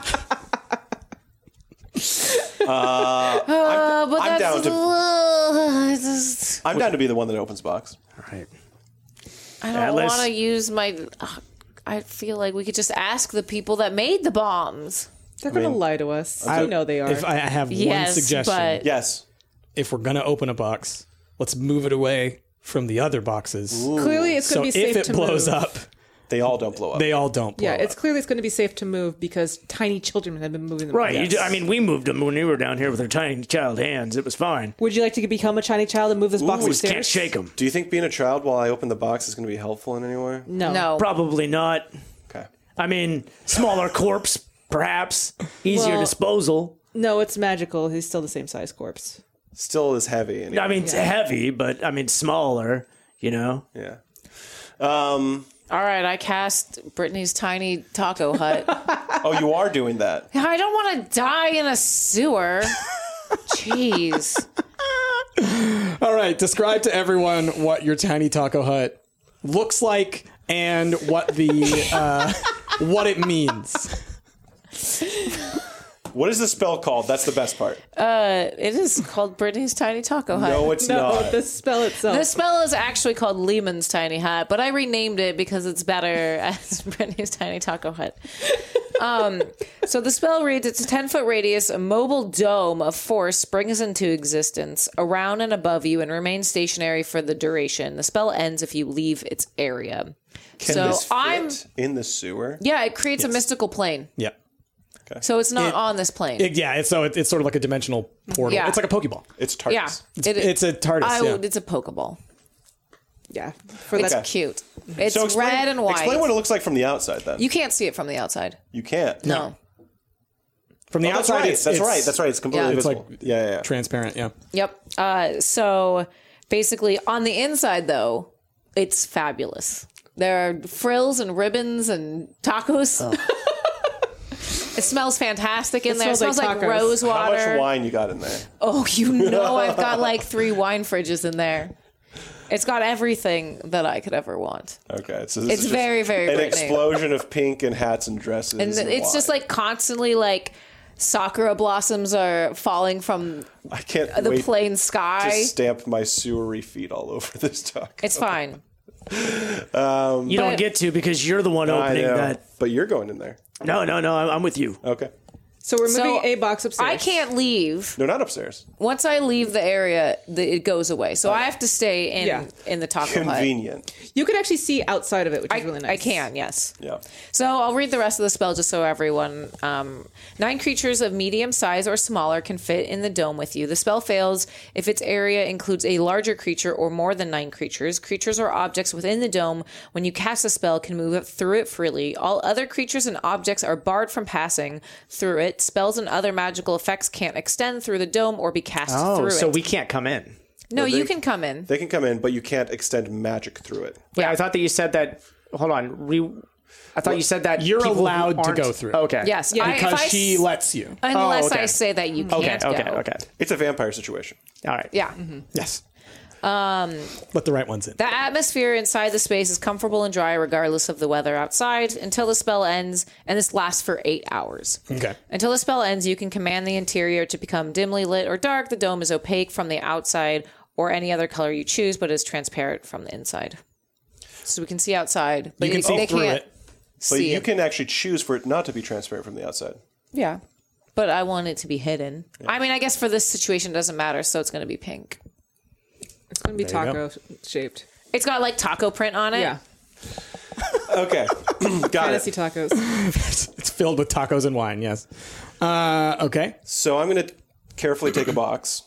Speaker 4: but
Speaker 9: I'm
Speaker 4: that's
Speaker 9: down to-
Speaker 4: uh, it's
Speaker 9: I'm down to be the one that opens box.
Speaker 2: All right.
Speaker 4: I don't
Speaker 2: Atlas.
Speaker 4: want to use my. Ugh, I feel like we could just ask the people that made the bombs.
Speaker 6: They're going to lie to us. I, know they are.
Speaker 3: If I I have
Speaker 4: Yes,
Speaker 3: one suggestion,
Speaker 4: but
Speaker 9: Yes.
Speaker 3: if we're gonna open a box, let's move it away from the other boxes.
Speaker 6: clearly, it's
Speaker 3: So
Speaker 6: going
Speaker 3: if
Speaker 6: to be safe
Speaker 3: it
Speaker 6: to
Speaker 3: blows
Speaker 6: move.
Speaker 3: up,
Speaker 9: They all don't blow up.
Speaker 3: they all don't. Blow
Speaker 6: Yeah, it's
Speaker 3: up.
Speaker 6: clearly it's going to be safe to move because tiny children have been moving them.
Speaker 2: Right. You do, I mean, we moved them when we were down here with our tiny child hands. It was fine.
Speaker 6: Would you like to become a tiny child and move this box
Speaker 9: Ooh,
Speaker 6: upstairs?
Speaker 2: Can't shake them.
Speaker 9: Do you think being a child while I open the box is going to be helpful in any way?
Speaker 6: No.
Speaker 4: no.
Speaker 2: Probably not.
Speaker 9: Okay.
Speaker 2: I mean, smaller corpse, perhaps. Easier
Speaker 6: Well-
Speaker 2: disposal.
Speaker 6: No, it's magical. He's still the same size corpse.
Speaker 9: Still is heavy. Anyway.
Speaker 2: I mean, it's heavy, but I mean, smaller, you know?
Speaker 9: Yeah. Um,
Speaker 4: All right, I cast Brittany's tiny taco hut.
Speaker 9: oh, you are doing that.
Speaker 4: I don't want to die in a sewer. Jeez.
Speaker 3: all right. Describe to everyone what your tiny taco hut looks like and what the uh, what it means.
Speaker 9: What is the spell called? That's the best part.
Speaker 4: Uh, It is called Brittany's tiny taco hut.
Speaker 9: No, it's
Speaker 6: No,
Speaker 9: not.
Speaker 6: the spell itself.
Speaker 4: The spell is actually called Lehman's Tiny Hut, but I renamed it because it's better as Brittany's Tiny Taco Hut. Um, so the spell reads it's a 10 foot radius, a mobile dome of force springs into existence around and above you and remains stationary for the duration. The spell ends if you leave its area.
Speaker 9: Can
Speaker 4: so
Speaker 9: this fit
Speaker 4: I'm.
Speaker 9: in the sewer.
Speaker 4: Yeah, it creates a mystical plane.
Speaker 3: Yeah.
Speaker 4: So it's not on this plane.
Speaker 3: It- yeah. It's, so it, it's sort of like a dimensional portal.
Speaker 4: Yeah.
Speaker 3: It's like a Pokeball.
Speaker 9: It's TARDIS.
Speaker 4: yeah. it-
Speaker 3: It's a TARDIS.
Speaker 4: I
Speaker 3: yeah.
Speaker 4: would- It's a Pokeball.
Speaker 6: yeah. For
Speaker 4: It's
Speaker 6: that.
Speaker 4: cute. It's
Speaker 9: So explain,
Speaker 4: red and white.
Speaker 9: Explain what it looks like from the outside, then.
Speaker 4: you can't see it from the outside.
Speaker 9: You can't.
Speaker 4: No.
Speaker 3: From the
Speaker 9: Oh, that's
Speaker 3: outside,
Speaker 9: right.
Speaker 3: it's,
Speaker 9: that's
Speaker 3: it's
Speaker 9: right. That's right. It's completely
Speaker 4: Yeah. It's
Speaker 9: visible.
Speaker 3: like-
Speaker 9: yeah, yeah, yeah.
Speaker 3: transparent. Yeah.
Speaker 4: Yep. Uh, so basically, on the inside, though, it's fabulous. There are frills and ribbons and tacos. it smells fantastic in there. It smells
Speaker 6: smells like
Speaker 4: like,
Speaker 6: tacos.
Speaker 4: rose
Speaker 9: How much
Speaker 4: water.
Speaker 9: wine you got in there?
Speaker 4: Oh, you know, I've got like three wine fridges in there. It's got everything that I could ever want.
Speaker 9: Okay, so this
Speaker 4: It's
Speaker 9: is just
Speaker 4: very, very
Speaker 9: an
Speaker 4: Britney.
Speaker 9: explosion of pink and hats and dresses. And,
Speaker 4: And it's just
Speaker 9: wine.
Speaker 4: like constantly like sakura blossoms are falling from
Speaker 9: I can't
Speaker 4: the
Speaker 9: wait
Speaker 4: plain
Speaker 9: to
Speaker 4: sky.
Speaker 9: stamp my sewery feet all over this talk.
Speaker 4: it's fine.
Speaker 2: You don't
Speaker 4: But-
Speaker 2: get to because you're the one opening that.
Speaker 9: but you're going in there.
Speaker 2: No, no, no. I'm I'm with you.
Speaker 9: Okay,
Speaker 6: So we're
Speaker 4: So,
Speaker 6: moving a box upstairs.
Speaker 4: I can't leave
Speaker 9: no, not upstairs.
Speaker 4: once I leave the area, the, it goes away. So I have to stay in
Speaker 6: Yeah.
Speaker 4: in the taco hut.
Speaker 9: Convenient.
Speaker 6: You can actually see outside of it, which
Speaker 4: I,
Speaker 6: is really nice.
Speaker 4: I can, yes.
Speaker 9: Yeah.
Speaker 4: So I'll read the rest of the spell just so everyone. Um, nine creatures of medium size or smaller can fit in the dome with you. The spell fails if its area includes a larger creature or more than nine creatures. Creatures or objects within the dome, when you cast a spell, can move up through it freely. All other creatures and objects are barred from passing through it. Spells and other magical effects can't extend through the dome or be cast through
Speaker 2: Oh, so
Speaker 4: it.
Speaker 2: we can't come in.
Speaker 4: no, you can come in.
Speaker 9: They can come in, but you can't extend magic through it.
Speaker 2: Wait, I thought that you said that. Hold on. Re, I thought you said that
Speaker 3: You're
Speaker 2: people who
Speaker 3: allowed to
Speaker 2: aren't-
Speaker 3: go through.
Speaker 2: Okay.
Speaker 4: Yes, I- if
Speaker 3: Because
Speaker 4: I
Speaker 3: she Oh,
Speaker 4: s-
Speaker 3: lets you.
Speaker 4: unless
Speaker 2: okay.
Speaker 4: I say that you
Speaker 2: Okay.
Speaker 4: can't.
Speaker 2: okay.
Speaker 4: go.
Speaker 2: Okay.
Speaker 9: It's a vampire situation.
Speaker 2: All right.
Speaker 4: Yeah.
Speaker 3: Yes. Um, Let the right ones in.
Speaker 4: The atmosphere inside the space is comfortable and dry, regardless of the weather outside, until the spell ends, and this lasts for eight hours.
Speaker 3: okay.
Speaker 4: Until the spell ends, you can command the interior to become dimly lit or dark. The dome is opaque from the outside or any other color you choose, but is transparent from the inside. So we can see outside, but
Speaker 3: You can
Speaker 4: it-
Speaker 3: see
Speaker 4: they
Speaker 3: through
Speaker 4: can't
Speaker 3: it.
Speaker 9: But
Speaker 4: see
Speaker 9: you
Speaker 4: it.
Speaker 9: can actually choose for it not to be transparent from the outside.
Speaker 4: yeah, but I want it to be hidden. I mean, I guess for this situation, it doesn't matter. So it's going to be pink.
Speaker 6: It's going to be taco shaped.
Speaker 4: It's got like taco print on it.
Speaker 6: Yeah.
Speaker 9: Okay, got
Speaker 6: Fantasy
Speaker 9: it.
Speaker 6: tacos.
Speaker 3: It's filled with tacos and wine. Yes. Uh, okay.
Speaker 9: So I'm going to carefully take a box.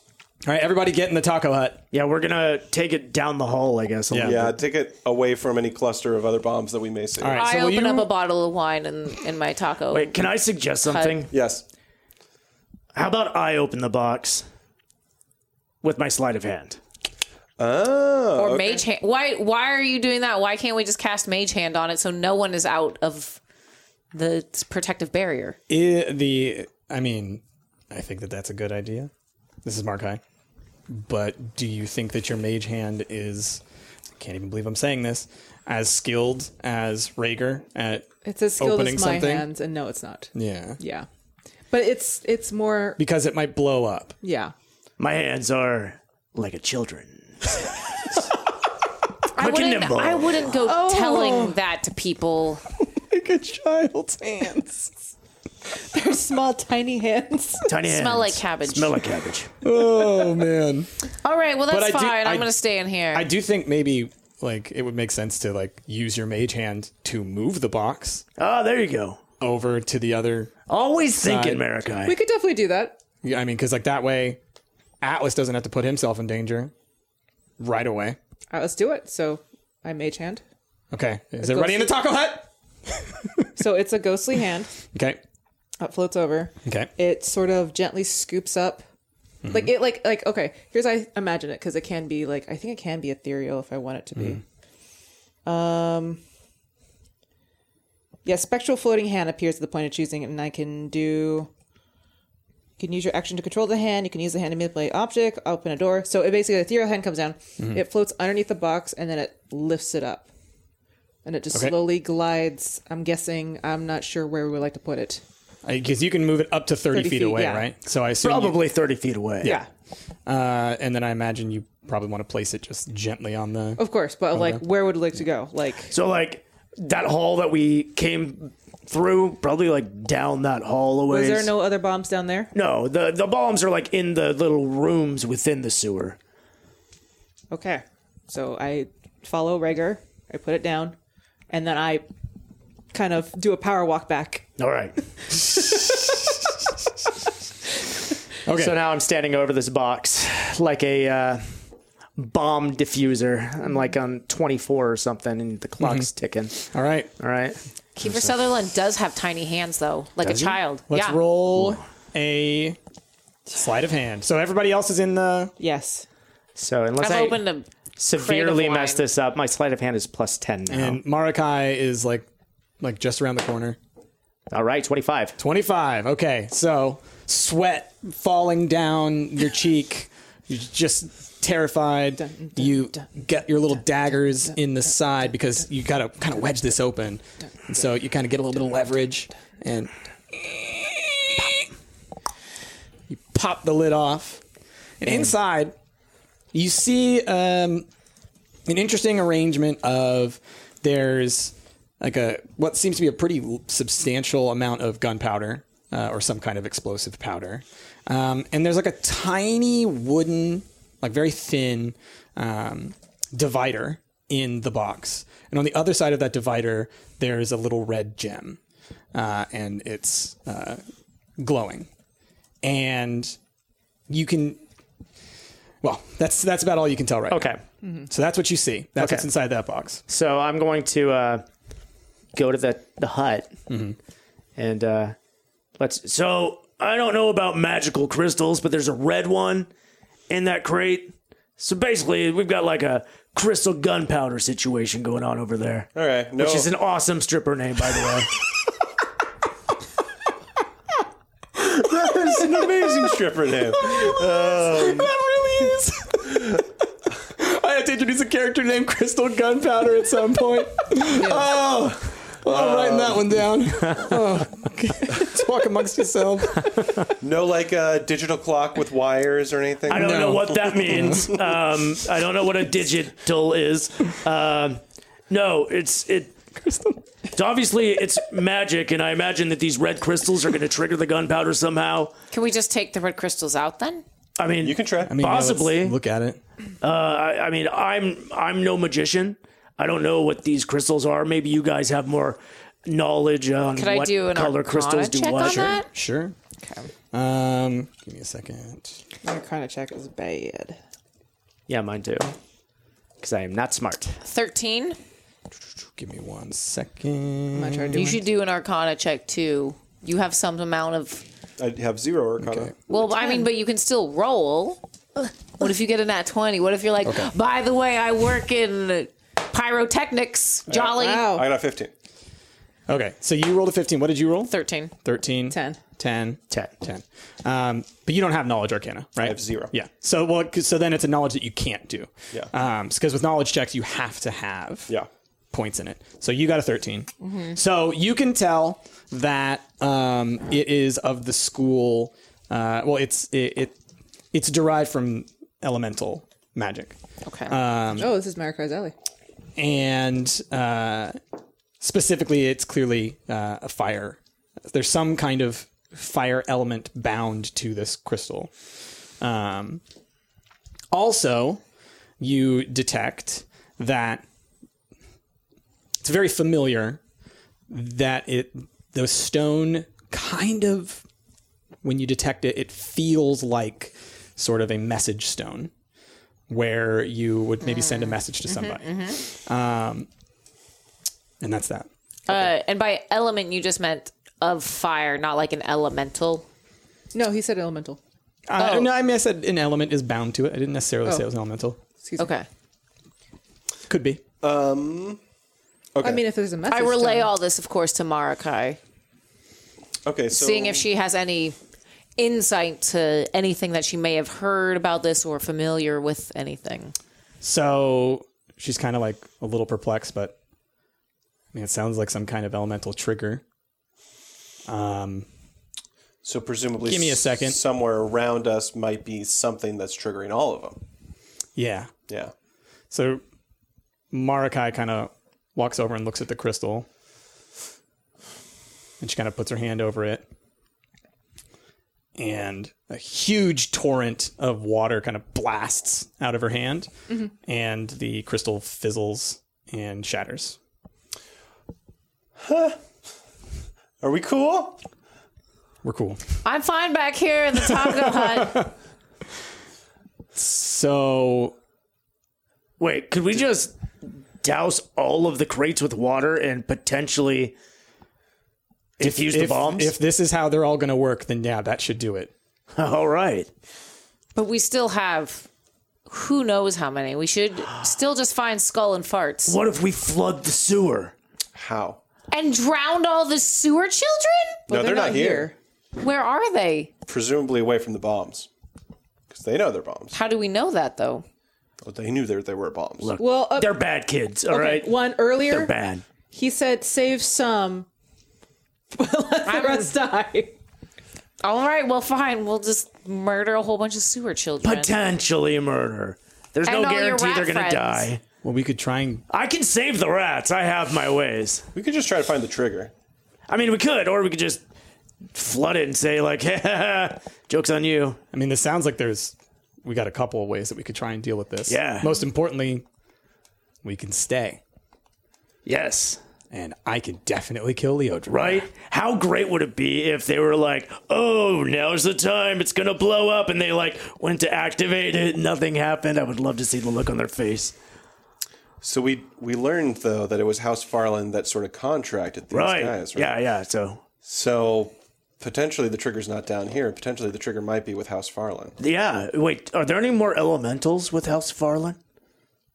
Speaker 3: All right. Everybody get in the taco hut.
Speaker 2: Yeah. We're gonna take it down the hall, I guess. a little
Speaker 9: Yeah,
Speaker 2: bit.
Speaker 9: take it away from any cluster of other bombs that we may see.
Speaker 3: All right.
Speaker 4: I
Speaker 3: so will
Speaker 4: open
Speaker 3: you-
Speaker 4: up a bottle of wine in, in my taco.
Speaker 2: Wait. Can I suggest something?
Speaker 9: Yes.
Speaker 2: How about I open the box with my sleight of hand?
Speaker 9: Oh.
Speaker 4: or mage hand. Why? Why are you doing that? Why can't we just cast mage hand on it so no one is out of the protective barrier?
Speaker 3: I- the. I mean, I think that that's a good idea. This is Mark High. But do you think that your mage hand is? I can't even believe I'm saying this. As skilled as Rager at
Speaker 6: It's as skilled
Speaker 3: opening
Speaker 6: as my
Speaker 3: something.
Speaker 6: hands, and no, it's not.
Speaker 3: Yeah.
Speaker 6: Yeah. But it's it's more.
Speaker 3: Because it might blow up.
Speaker 6: Yeah.
Speaker 2: My hands are like a children.
Speaker 4: I
Speaker 2: and
Speaker 4: wouldn't,
Speaker 2: nimble.
Speaker 4: I wouldn't go telling that to people.
Speaker 3: like a child's hands.
Speaker 6: They're small, tiny hands.
Speaker 2: Tiny
Speaker 4: Smell
Speaker 2: hands.
Speaker 4: like cabbage.
Speaker 2: Smell like cabbage.
Speaker 3: Oh man.
Speaker 4: All right, well that's
Speaker 3: I do-
Speaker 4: fine.
Speaker 3: I-
Speaker 4: I'm gonna stay in here.
Speaker 3: I do think maybe like it would make sense to like use your mage hand to move the box
Speaker 2: Oh, there you go.
Speaker 3: over to the other.
Speaker 2: Always thinking,
Speaker 3: Side.
Speaker 2: Marikai.
Speaker 6: We could definitely do that.
Speaker 3: Yeah, I mean, because like that way, Atlas doesn't have to put himself in danger right away.
Speaker 6: All right, Uh, let's do it. So I mage hand.
Speaker 3: Okay, is everybody in the Taco Hut?
Speaker 6: So it's a ghostly hand
Speaker 3: Okay,
Speaker 6: that floats over.
Speaker 3: okay,
Speaker 6: It sort of gently scoops up. Like it like like okay, here's how I imagine it cuz it can be like I think it can be ethereal if I want it to be. Um Yeah, spectral floating hand appears at the point of choosing and I can do you can use your action to control the hand. You can use the hand to manipulate object, open a door. So it basically, the ethereal hand comes down. It floats underneath the box, and then it lifts it up, and it just
Speaker 3: Okay.
Speaker 6: slowly glides. I'm guessing. I'm not sure where we would like to put it.
Speaker 3: because you can move it up to thirty,
Speaker 6: 30
Speaker 3: feet,
Speaker 6: feet,
Speaker 3: away,
Speaker 6: yeah.
Speaker 3: right? So I assume you-
Speaker 2: Probably 30 feet away.
Speaker 6: Yeah,
Speaker 3: uh, and then I imagine you probably want to place it just gently on the.
Speaker 6: of course. But like, where would it like to go? Like,
Speaker 2: So, like, that hall that we came through, probably like down that hall away.
Speaker 6: was there no other bombs down there?
Speaker 2: No, the, the bombs are like in the little rooms within the sewer.
Speaker 6: Okay, so I follow Rhaegar. I put it down, and then I kind of do a power walk back.
Speaker 2: All right.
Speaker 3: Okay,
Speaker 2: So now I'm standing over this box like a uh, bomb diffuser. I'm like on 24 or something, and the clock's ticking.
Speaker 3: all right,
Speaker 2: All right.
Speaker 4: Kiefer Sutherland does have tiny hands though, like a child.
Speaker 3: let's
Speaker 4: yeah.
Speaker 3: roll a sleight of hand. So everybody else is in the.
Speaker 6: Yes.
Speaker 2: So unless i
Speaker 4: I've opened a
Speaker 2: severely
Speaker 4: creative
Speaker 2: mess
Speaker 4: line.
Speaker 2: this up, my sleight of hand is plus 10 now.
Speaker 3: And Marakai is like, like just around the corner.
Speaker 2: All right, 25.
Speaker 3: 25. Okay. So sweat falling down your cheek. You're just terrified. you get your little daggers in the side because you got to kind of wedge this open. and so you kind of get a little bit of leverage and you pop the lid off. And inside, you see um, an interesting arrangement of there's like a what seems to be a pretty l- substantial amount of gunpowder uh, or some kind of explosive powder, um, and there's like a tiny wooden, like very thin um, divider in the box, and on the other side of that divider there is a little red gem, uh, and it's uh, glowing, and you can. Well, that's that's about all you can tell right now.
Speaker 2: Okay.
Speaker 3: So that's what you see. That's
Speaker 2: Okay.
Speaker 3: what's inside that box.
Speaker 2: So I'm going to uh, go to the, the hut and uh, let's. So I don't know about magical crystals, but there's a red one in that crate. So basically, we've got like a crystal gunpowder situation going on over there,
Speaker 9: All right. No.
Speaker 2: which is an awesome stripper name, by the way.
Speaker 9: that is an amazing stripper name. Um,
Speaker 3: That really is. I had to introduce a character named Crystal Gunpowder at some point. Oh, well, I'm writing that one down. Oh, okay. Talk amongst yourself.
Speaker 9: no, like a digital clock with wires or anything.
Speaker 2: I don't
Speaker 3: No.
Speaker 2: know what that means. um, I don't know what a digital is. Um, no, it's it. It's obviously it's magic, and I imagine that these red crystals are going to trigger the gunpowder somehow.
Speaker 4: Can we just take the red crystals out then?
Speaker 2: I mean,
Speaker 9: You can try.
Speaker 3: I mean, yeah, let's
Speaker 2: Possibly.
Speaker 3: look at it.
Speaker 2: I, I mean, I'm I'm no magician. I don't know what these crystals are. Maybe you guys have more knowledge on
Speaker 4: Could
Speaker 2: what
Speaker 4: I do an
Speaker 2: color crystals do
Speaker 4: check
Speaker 2: what.
Speaker 4: on that?
Speaker 3: Sure. Um, give me a second.
Speaker 6: My kind of check is bad.
Speaker 2: Yeah, mine too. Because I am not smart.
Speaker 4: Thirteen.
Speaker 3: Give me one second.
Speaker 6: I'm not sure.
Speaker 9: Mm.
Speaker 4: You should do an Arcana check too. You have some amount of
Speaker 9: I have zero arcana.
Speaker 3: Okay.
Speaker 4: well, I mean, but you can still roll. What if you get a nat twenty? What if you're like, by the way, I work in pyrotechnics. Jolly
Speaker 6: Wow.
Speaker 9: I got 15.
Speaker 3: Okay, so you rolled a 15. What did you roll?
Speaker 4: thirteen.
Speaker 3: 13
Speaker 6: Ten.
Speaker 3: 10
Speaker 2: Ten.
Speaker 3: 10 um, but you don't have knowledge arcana right i
Speaker 9: have zero.
Speaker 3: yeah so well 'cause- so then it's a knowledge that you can't do
Speaker 9: Yeah.
Speaker 3: because with knowledge checks you have to have
Speaker 9: Yeah.
Speaker 3: points in it so you got a 13 so you can tell that um, it is of the school uh, well it's it, it it's derived from elemental magic.
Speaker 4: Okay.
Speaker 6: oh, this is Maricar's alley.
Speaker 3: and uh, specifically, it's clearly uh, a fire. There's some kind of fire element bound to this crystal. Um, also, you detect that it's very familiar that it the stone kind of when you detect it, it feels like sort of a message stone where you would maybe send a message to somebody. Um, and that's that.
Speaker 4: uh, and by element, you just meant of fire, not like an elemental.
Speaker 6: No, he said elemental.
Speaker 3: Uh, no, I mean, I said an element is bound to it. I didn't necessarily say it was an elemental.
Speaker 4: Okay.
Speaker 3: Could be.
Speaker 9: Um,
Speaker 6: I mean, if there's a message,
Speaker 4: I relay
Speaker 6: done.
Speaker 4: all this, of course, to Marakai,
Speaker 9: Okay, so
Speaker 4: seeing if she has any insight to anything that she may have heard about this or familiar with anything.
Speaker 3: So she's kind of like a little perplexed, but I mean, it sounds like some kind of elemental trigger.
Speaker 9: so presumably,
Speaker 3: Give me a
Speaker 9: s-
Speaker 3: second.
Speaker 9: Somewhere around us might be something that's triggering all of them.
Speaker 3: Yeah.
Speaker 9: Yeah.
Speaker 3: So Marakai kind of walks over and looks at the crystal. And she kind of puts her hand over it. And a huge torrent of water kind of blasts out of her hand. And the crystal fizzles and shatters.
Speaker 9: Are we cool?
Speaker 3: We're cool.
Speaker 4: I'm fine back here in the taco hut.
Speaker 3: So
Speaker 12: Wait, could we just douse all of the crates with water and potentially diffuse the
Speaker 3: if,
Speaker 12: bombs?
Speaker 3: if this is how they're all going to work, then yeah, that should do it.
Speaker 12: all right.
Speaker 4: But we still have who knows how many. We should still just find skull and farts
Speaker 12: What if we flood the sewer?
Speaker 9: How?
Speaker 4: and drowned all the sewer children.
Speaker 9: no, they're, not, here.
Speaker 4: Where are they?
Speaker 9: Presumably away from the bombs, because they know they're bombs.
Speaker 4: How do we know that though?
Speaker 9: Well, they knew there they were bombs. Look,
Speaker 6: Well, up,
Speaker 12: They're bad kids, all right?
Speaker 6: one
Speaker 12: They're
Speaker 6: earlier,
Speaker 12: bad.
Speaker 6: he said save some, but let the rest die.
Speaker 4: All right, well, fine. We'll just murder a whole bunch of sewer children.
Speaker 12: uh, Potentially murder. There's
Speaker 4: And
Speaker 12: no
Speaker 4: all your
Speaker 12: guarantee
Speaker 4: rat
Speaker 12: they're going to
Speaker 4: friends.
Speaker 12: die.
Speaker 3: Well, we could try and
Speaker 12: I can save the rats. I have my ways.
Speaker 9: we could just try to find the trigger.
Speaker 12: I mean, we could, or we could just flood it and say, like, joke's on you.
Speaker 3: I mean, this sounds like there's we got a couple of ways that we could try and deal with this.
Speaker 12: Yeah.
Speaker 3: Most importantly, we can stay,
Speaker 12: Yes.
Speaker 3: and I can definitely kill Leodra.
Speaker 12: Right? How great would it be if they were like, oh, now's the time. It's going to blow up. And they like went to activate it. Nothing happened. I would love to see the look on their face.
Speaker 9: So we we learned though that it was House Farland that sort of contracted these
Speaker 12: Right.
Speaker 9: guys. Right.
Speaker 12: Yeah, yeah. So,
Speaker 9: So potentially the trigger's not down here. Potentially the trigger might be with House Farland.
Speaker 12: yeah. Wait, are there any more elementals with House Farland?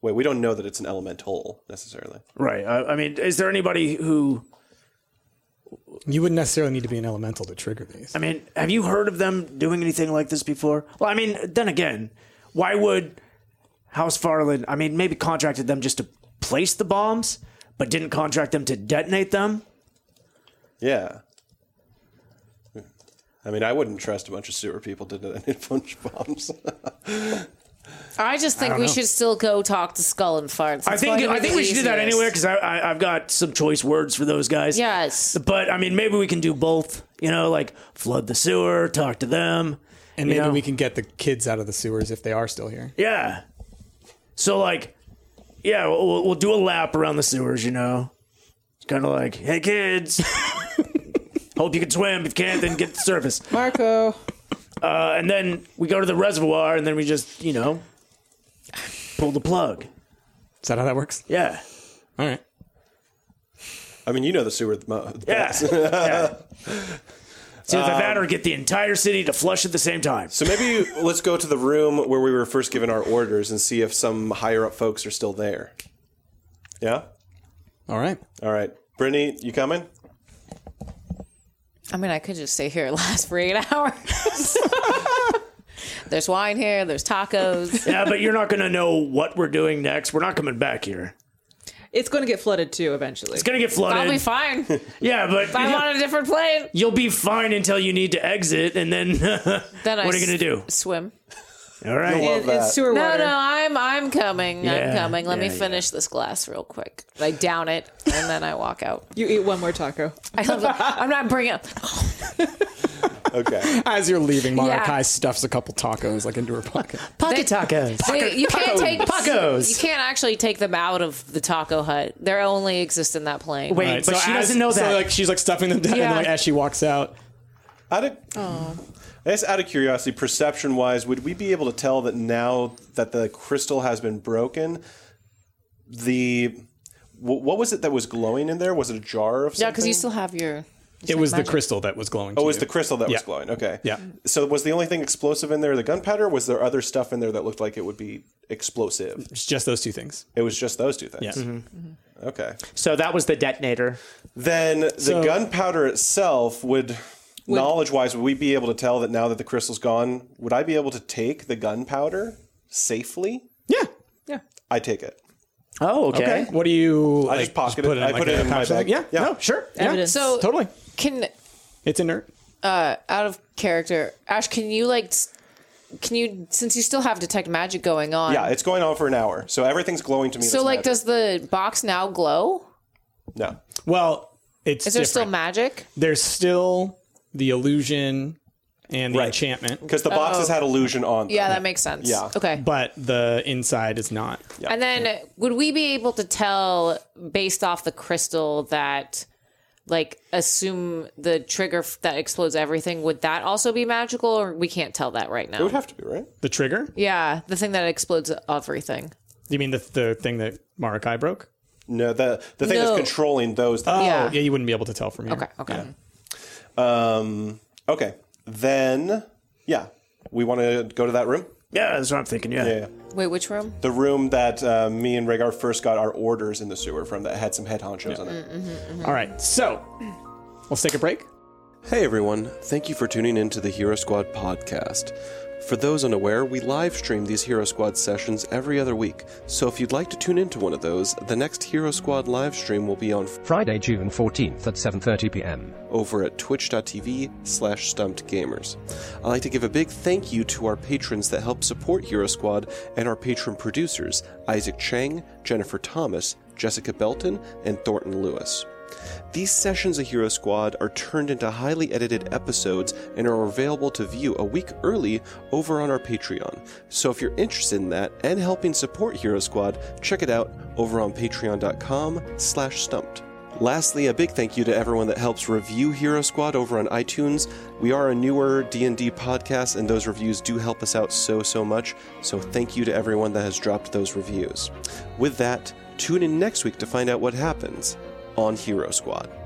Speaker 9: Wait, we don't know that it's an elemental necessarily.
Speaker 12: Right. uh, I, I mean, is there anybody who.
Speaker 3: You wouldn't necessarily need to be an elemental to trigger these.
Speaker 12: I mean, have you heard of them doing anything like this before? Well, I mean, then again, why would House Farland, I mean, maybe contracted them just to place the bombs, but didn't contract them to detonate them?
Speaker 9: Yeah. I mean, I wouldn't trust a bunch of sewer people to detonate a bunch of bombs.
Speaker 4: I just think
Speaker 3: don't
Speaker 4: we
Speaker 3: know.
Speaker 4: should still go talk to skull and farts.
Speaker 12: I
Speaker 4: It's
Speaker 12: think
Speaker 4: probably
Speaker 12: I
Speaker 4: the
Speaker 12: think we should do that
Speaker 4: easiest.
Speaker 12: anyway because I, I I've got some choice words for those guys.
Speaker 4: Yes.
Speaker 12: But I mean, maybe we can do both. You know, like flood the sewer, talk to them,
Speaker 3: and
Speaker 12: you
Speaker 3: maybe
Speaker 12: know?
Speaker 3: we can get the kids out of the sewers if they are still here.
Speaker 12: Yeah. So like, yeah, we'll, we'll- we'll do a lap around the sewers. You know, it's kind of like, hey kids, hope you can swim. If you can't, then get to the surface.
Speaker 6: Marco,
Speaker 12: Uh, and then we go to the reservoir, and then we just you know pull the plug.
Speaker 3: Is that how that works?
Speaker 12: Yeah.
Speaker 3: All right.
Speaker 9: I mean, you know the sewer the mo-
Speaker 12: Yeah. yeah. So either that or get the entire city to flush at the same time.
Speaker 9: So maybe let's go to the room where we were first given our orders and see if some higher up folks are still there. Yeah?
Speaker 3: All right.
Speaker 9: All right. Brittany, you coming?
Speaker 4: I mean, I could just stay here and last for eight hours. there's wine here. There's tacos.
Speaker 12: Yeah, but you're not going to know what we're doing next. We're not coming back here.
Speaker 6: it's going to get flooded too eventually.
Speaker 12: It's going to get
Speaker 4: I'll
Speaker 12: flooded.
Speaker 4: be fine.
Speaker 12: yeah, but
Speaker 4: I'm on a different plane.
Speaker 12: you'll be fine until you need to exit, and then
Speaker 4: Then I
Speaker 12: what are you going to do?
Speaker 4: Swim.
Speaker 2: All right.
Speaker 9: You'll love
Speaker 6: And, and
Speaker 9: that.
Speaker 6: sewer
Speaker 4: No,
Speaker 6: water.
Speaker 4: no, I'm I'm coming.
Speaker 2: Yeah,
Speaker 4: I'm coming. Let me
Speaker 2: yeah, yeah.
Speaker 4: finish this glass real quick. I down it and then I walk out.
Speaker 6: You eat one more taco.
Speaker 4: I love it. I'm not bringing up.
Speaker 9: Okay.
Speaker 3: As you're leaving, Mara
Speaker 4: Yeah.
Speaker 3: Kai stuffs a couple tacos like into her pocket.
Speaker 2: Pocket tacos.
Speaker 4: They, you can't take
Speaker 2: Tacos.
Speaker 4: You can't actually take them out of the taco hut. They only exist in that plane.
Speaker 2: Wait,
Speaker 3: Right,
Speaker 2: but
Speaker 3: so
Speaker 2: she
Speaker 3: as-
Speaker 2: doesn't know
Speaker 3: so,
Speaker 2: that.
Speaker 3: like she's like stuffing them down,
Speaker 4: Yeah.
Speaker 3: and like as she walks out,
Speaker 9: Out of,
Speaker 4: Oh.
Speaker 9: I guess out of curiosity, perception wise, would we be able to tell that now that the crystal has been broken, the wh- what was it that was glowing in there? Was it a jar of something?
Speaker 4: yeah, because you still have your.
Speaker 3: it was the crystal that was glowing.
Speaker 9: Oh, it was the crystal that was
Speaker 3: Yeah.
Speaker 9: glowing. Okay.
Speaker 3: Yeah.
Speaker 9: So was the only thing explosive in there the gunpowder? Or was there other stuff in there that looked like it would be explosive?
Speaker 3: It's just those two things.
Speaker 9: It was just those two things.
Speaker 3: Yeah.
Speaker 12: Mm-hmm.
Speaker 9: Okay.
Speaker 2: so that was the detonator.
Speaker 9: Then the gunpowder itself would, knowledge wise, would we be able to tell that now that the crystal's gone, would I be able to take the gunpowder safely?
Speaker 3: Yeah.
Speaker 9: I take it.
Speaker 2: Oh, okay.
Speaker 3: What do you?
Speaker 9: I
Speaker 3: like,
Speaker 9: just pocket it. I
Speaker 3: like,
Speaker 9: put it
Speaker 3: a
Speaker 9: in my
Speaker 3: pouch?
Speaker 9: bag.
Speaker 3: Yeah.
Speaker 9: Yeah.
Speaker 3: No. Sure. Yeah.
Speaker 6: Evidence.
Speaker 4: So
Speaker 3: Totally.
Speaker 4: can
Speaker 3: It's inert.
Speaker 4: out of character, Ash. Can you like? s- Can you since you still have detect magic going on?
Speaker 9: Yeah, it's going on for an hour. So everything's glowing to me.
Speaker 4: So
Speaker 9: that's
Speaker 4: like,
Speaker 9: magic.
Speaker 4: does the box now glow?
Speaker 9: No.
Speaker 3: Well, it's
Speaker 4: Is there
Speaker 3: different.
Speaker 4: still magic?
Speaker 3: There's still the illusion and the
Speaker 9: Right.
Speaker 3: enchantment,
Speaker 9: Because the boxes
Speaker 4: Oh.
Speaker 9: had illusion on them.
Speaker 4: Yeah, that makes sense.
Speaker 9: Yeah.
Speaker 4: Okay.
Speaker 3: but the inside is not.
Speaker 4: And then would we be able to tell based off the crystal that like assume the trigger f- that explodes everything would that also be magical or we can't tell that right
Speaker 9: It
Speaker 4: now?
Speaker 9: would have to be, right?
Speaker 3: The trigger?
Speaker 4: Yeah, the thing that explodes everything.
Speaker 3: You mean the, the thing that Marakai broke?
Speaker 9: No, the, the thing
Speaker 4: No.
Speaker 9: that's controlling those. that-
Speaker 4: Yeah.
Speaker 3: Oh, yeah, you wouldn't be able to tell from here.
Speaker 4: Okay, okay.
Speaker 9: Um, okay. Then, yeah. We want to go to that room?
Speaker 2: Yeah, that's what I'm thinking. Yeah.
Speaker 9: Yeah.
Speaker 4: Wait, which room?
Speaker 9: The room that uh, me and Rhaegar first got our orders in the sewer from that had some head honchos on it.
Speaker 3: All right, so let's take a break.
Speaker 9: Hey everyone, thank you for tuning in to the Hero Squad podcast. For those unaware, we live stream these Hero Squad sessions every other week, so if you'd like to tune into one of those, the next Hero Squad live stream will be on
Speaker 13: Friday, June 14th at 7:30 p.m.
Speaker 9: over at twitch.tv slash stumpedgamers. I'd like to give a big thank you to our patrons that help support Hero Squad and our patron producers, Isaac Chang, Jennifer Thomas, Jessica Belton, and Thornton Lewis. These sessions of Hero Squad are turned into highly edited episodes and are available to view a week early over on our Patreon. So if you're interested in that and helping support Hero Squad, check it out over on patreon.com slash stumped. Lastly, a big thank you to everyone that helps review Hero Squad over on iTunes. We are a newer D&D podcast and those reviews do help us out so so much. So thank you to everyone that has dropped those reviews. With that, tune in next week to find out what happens on Hero Squad.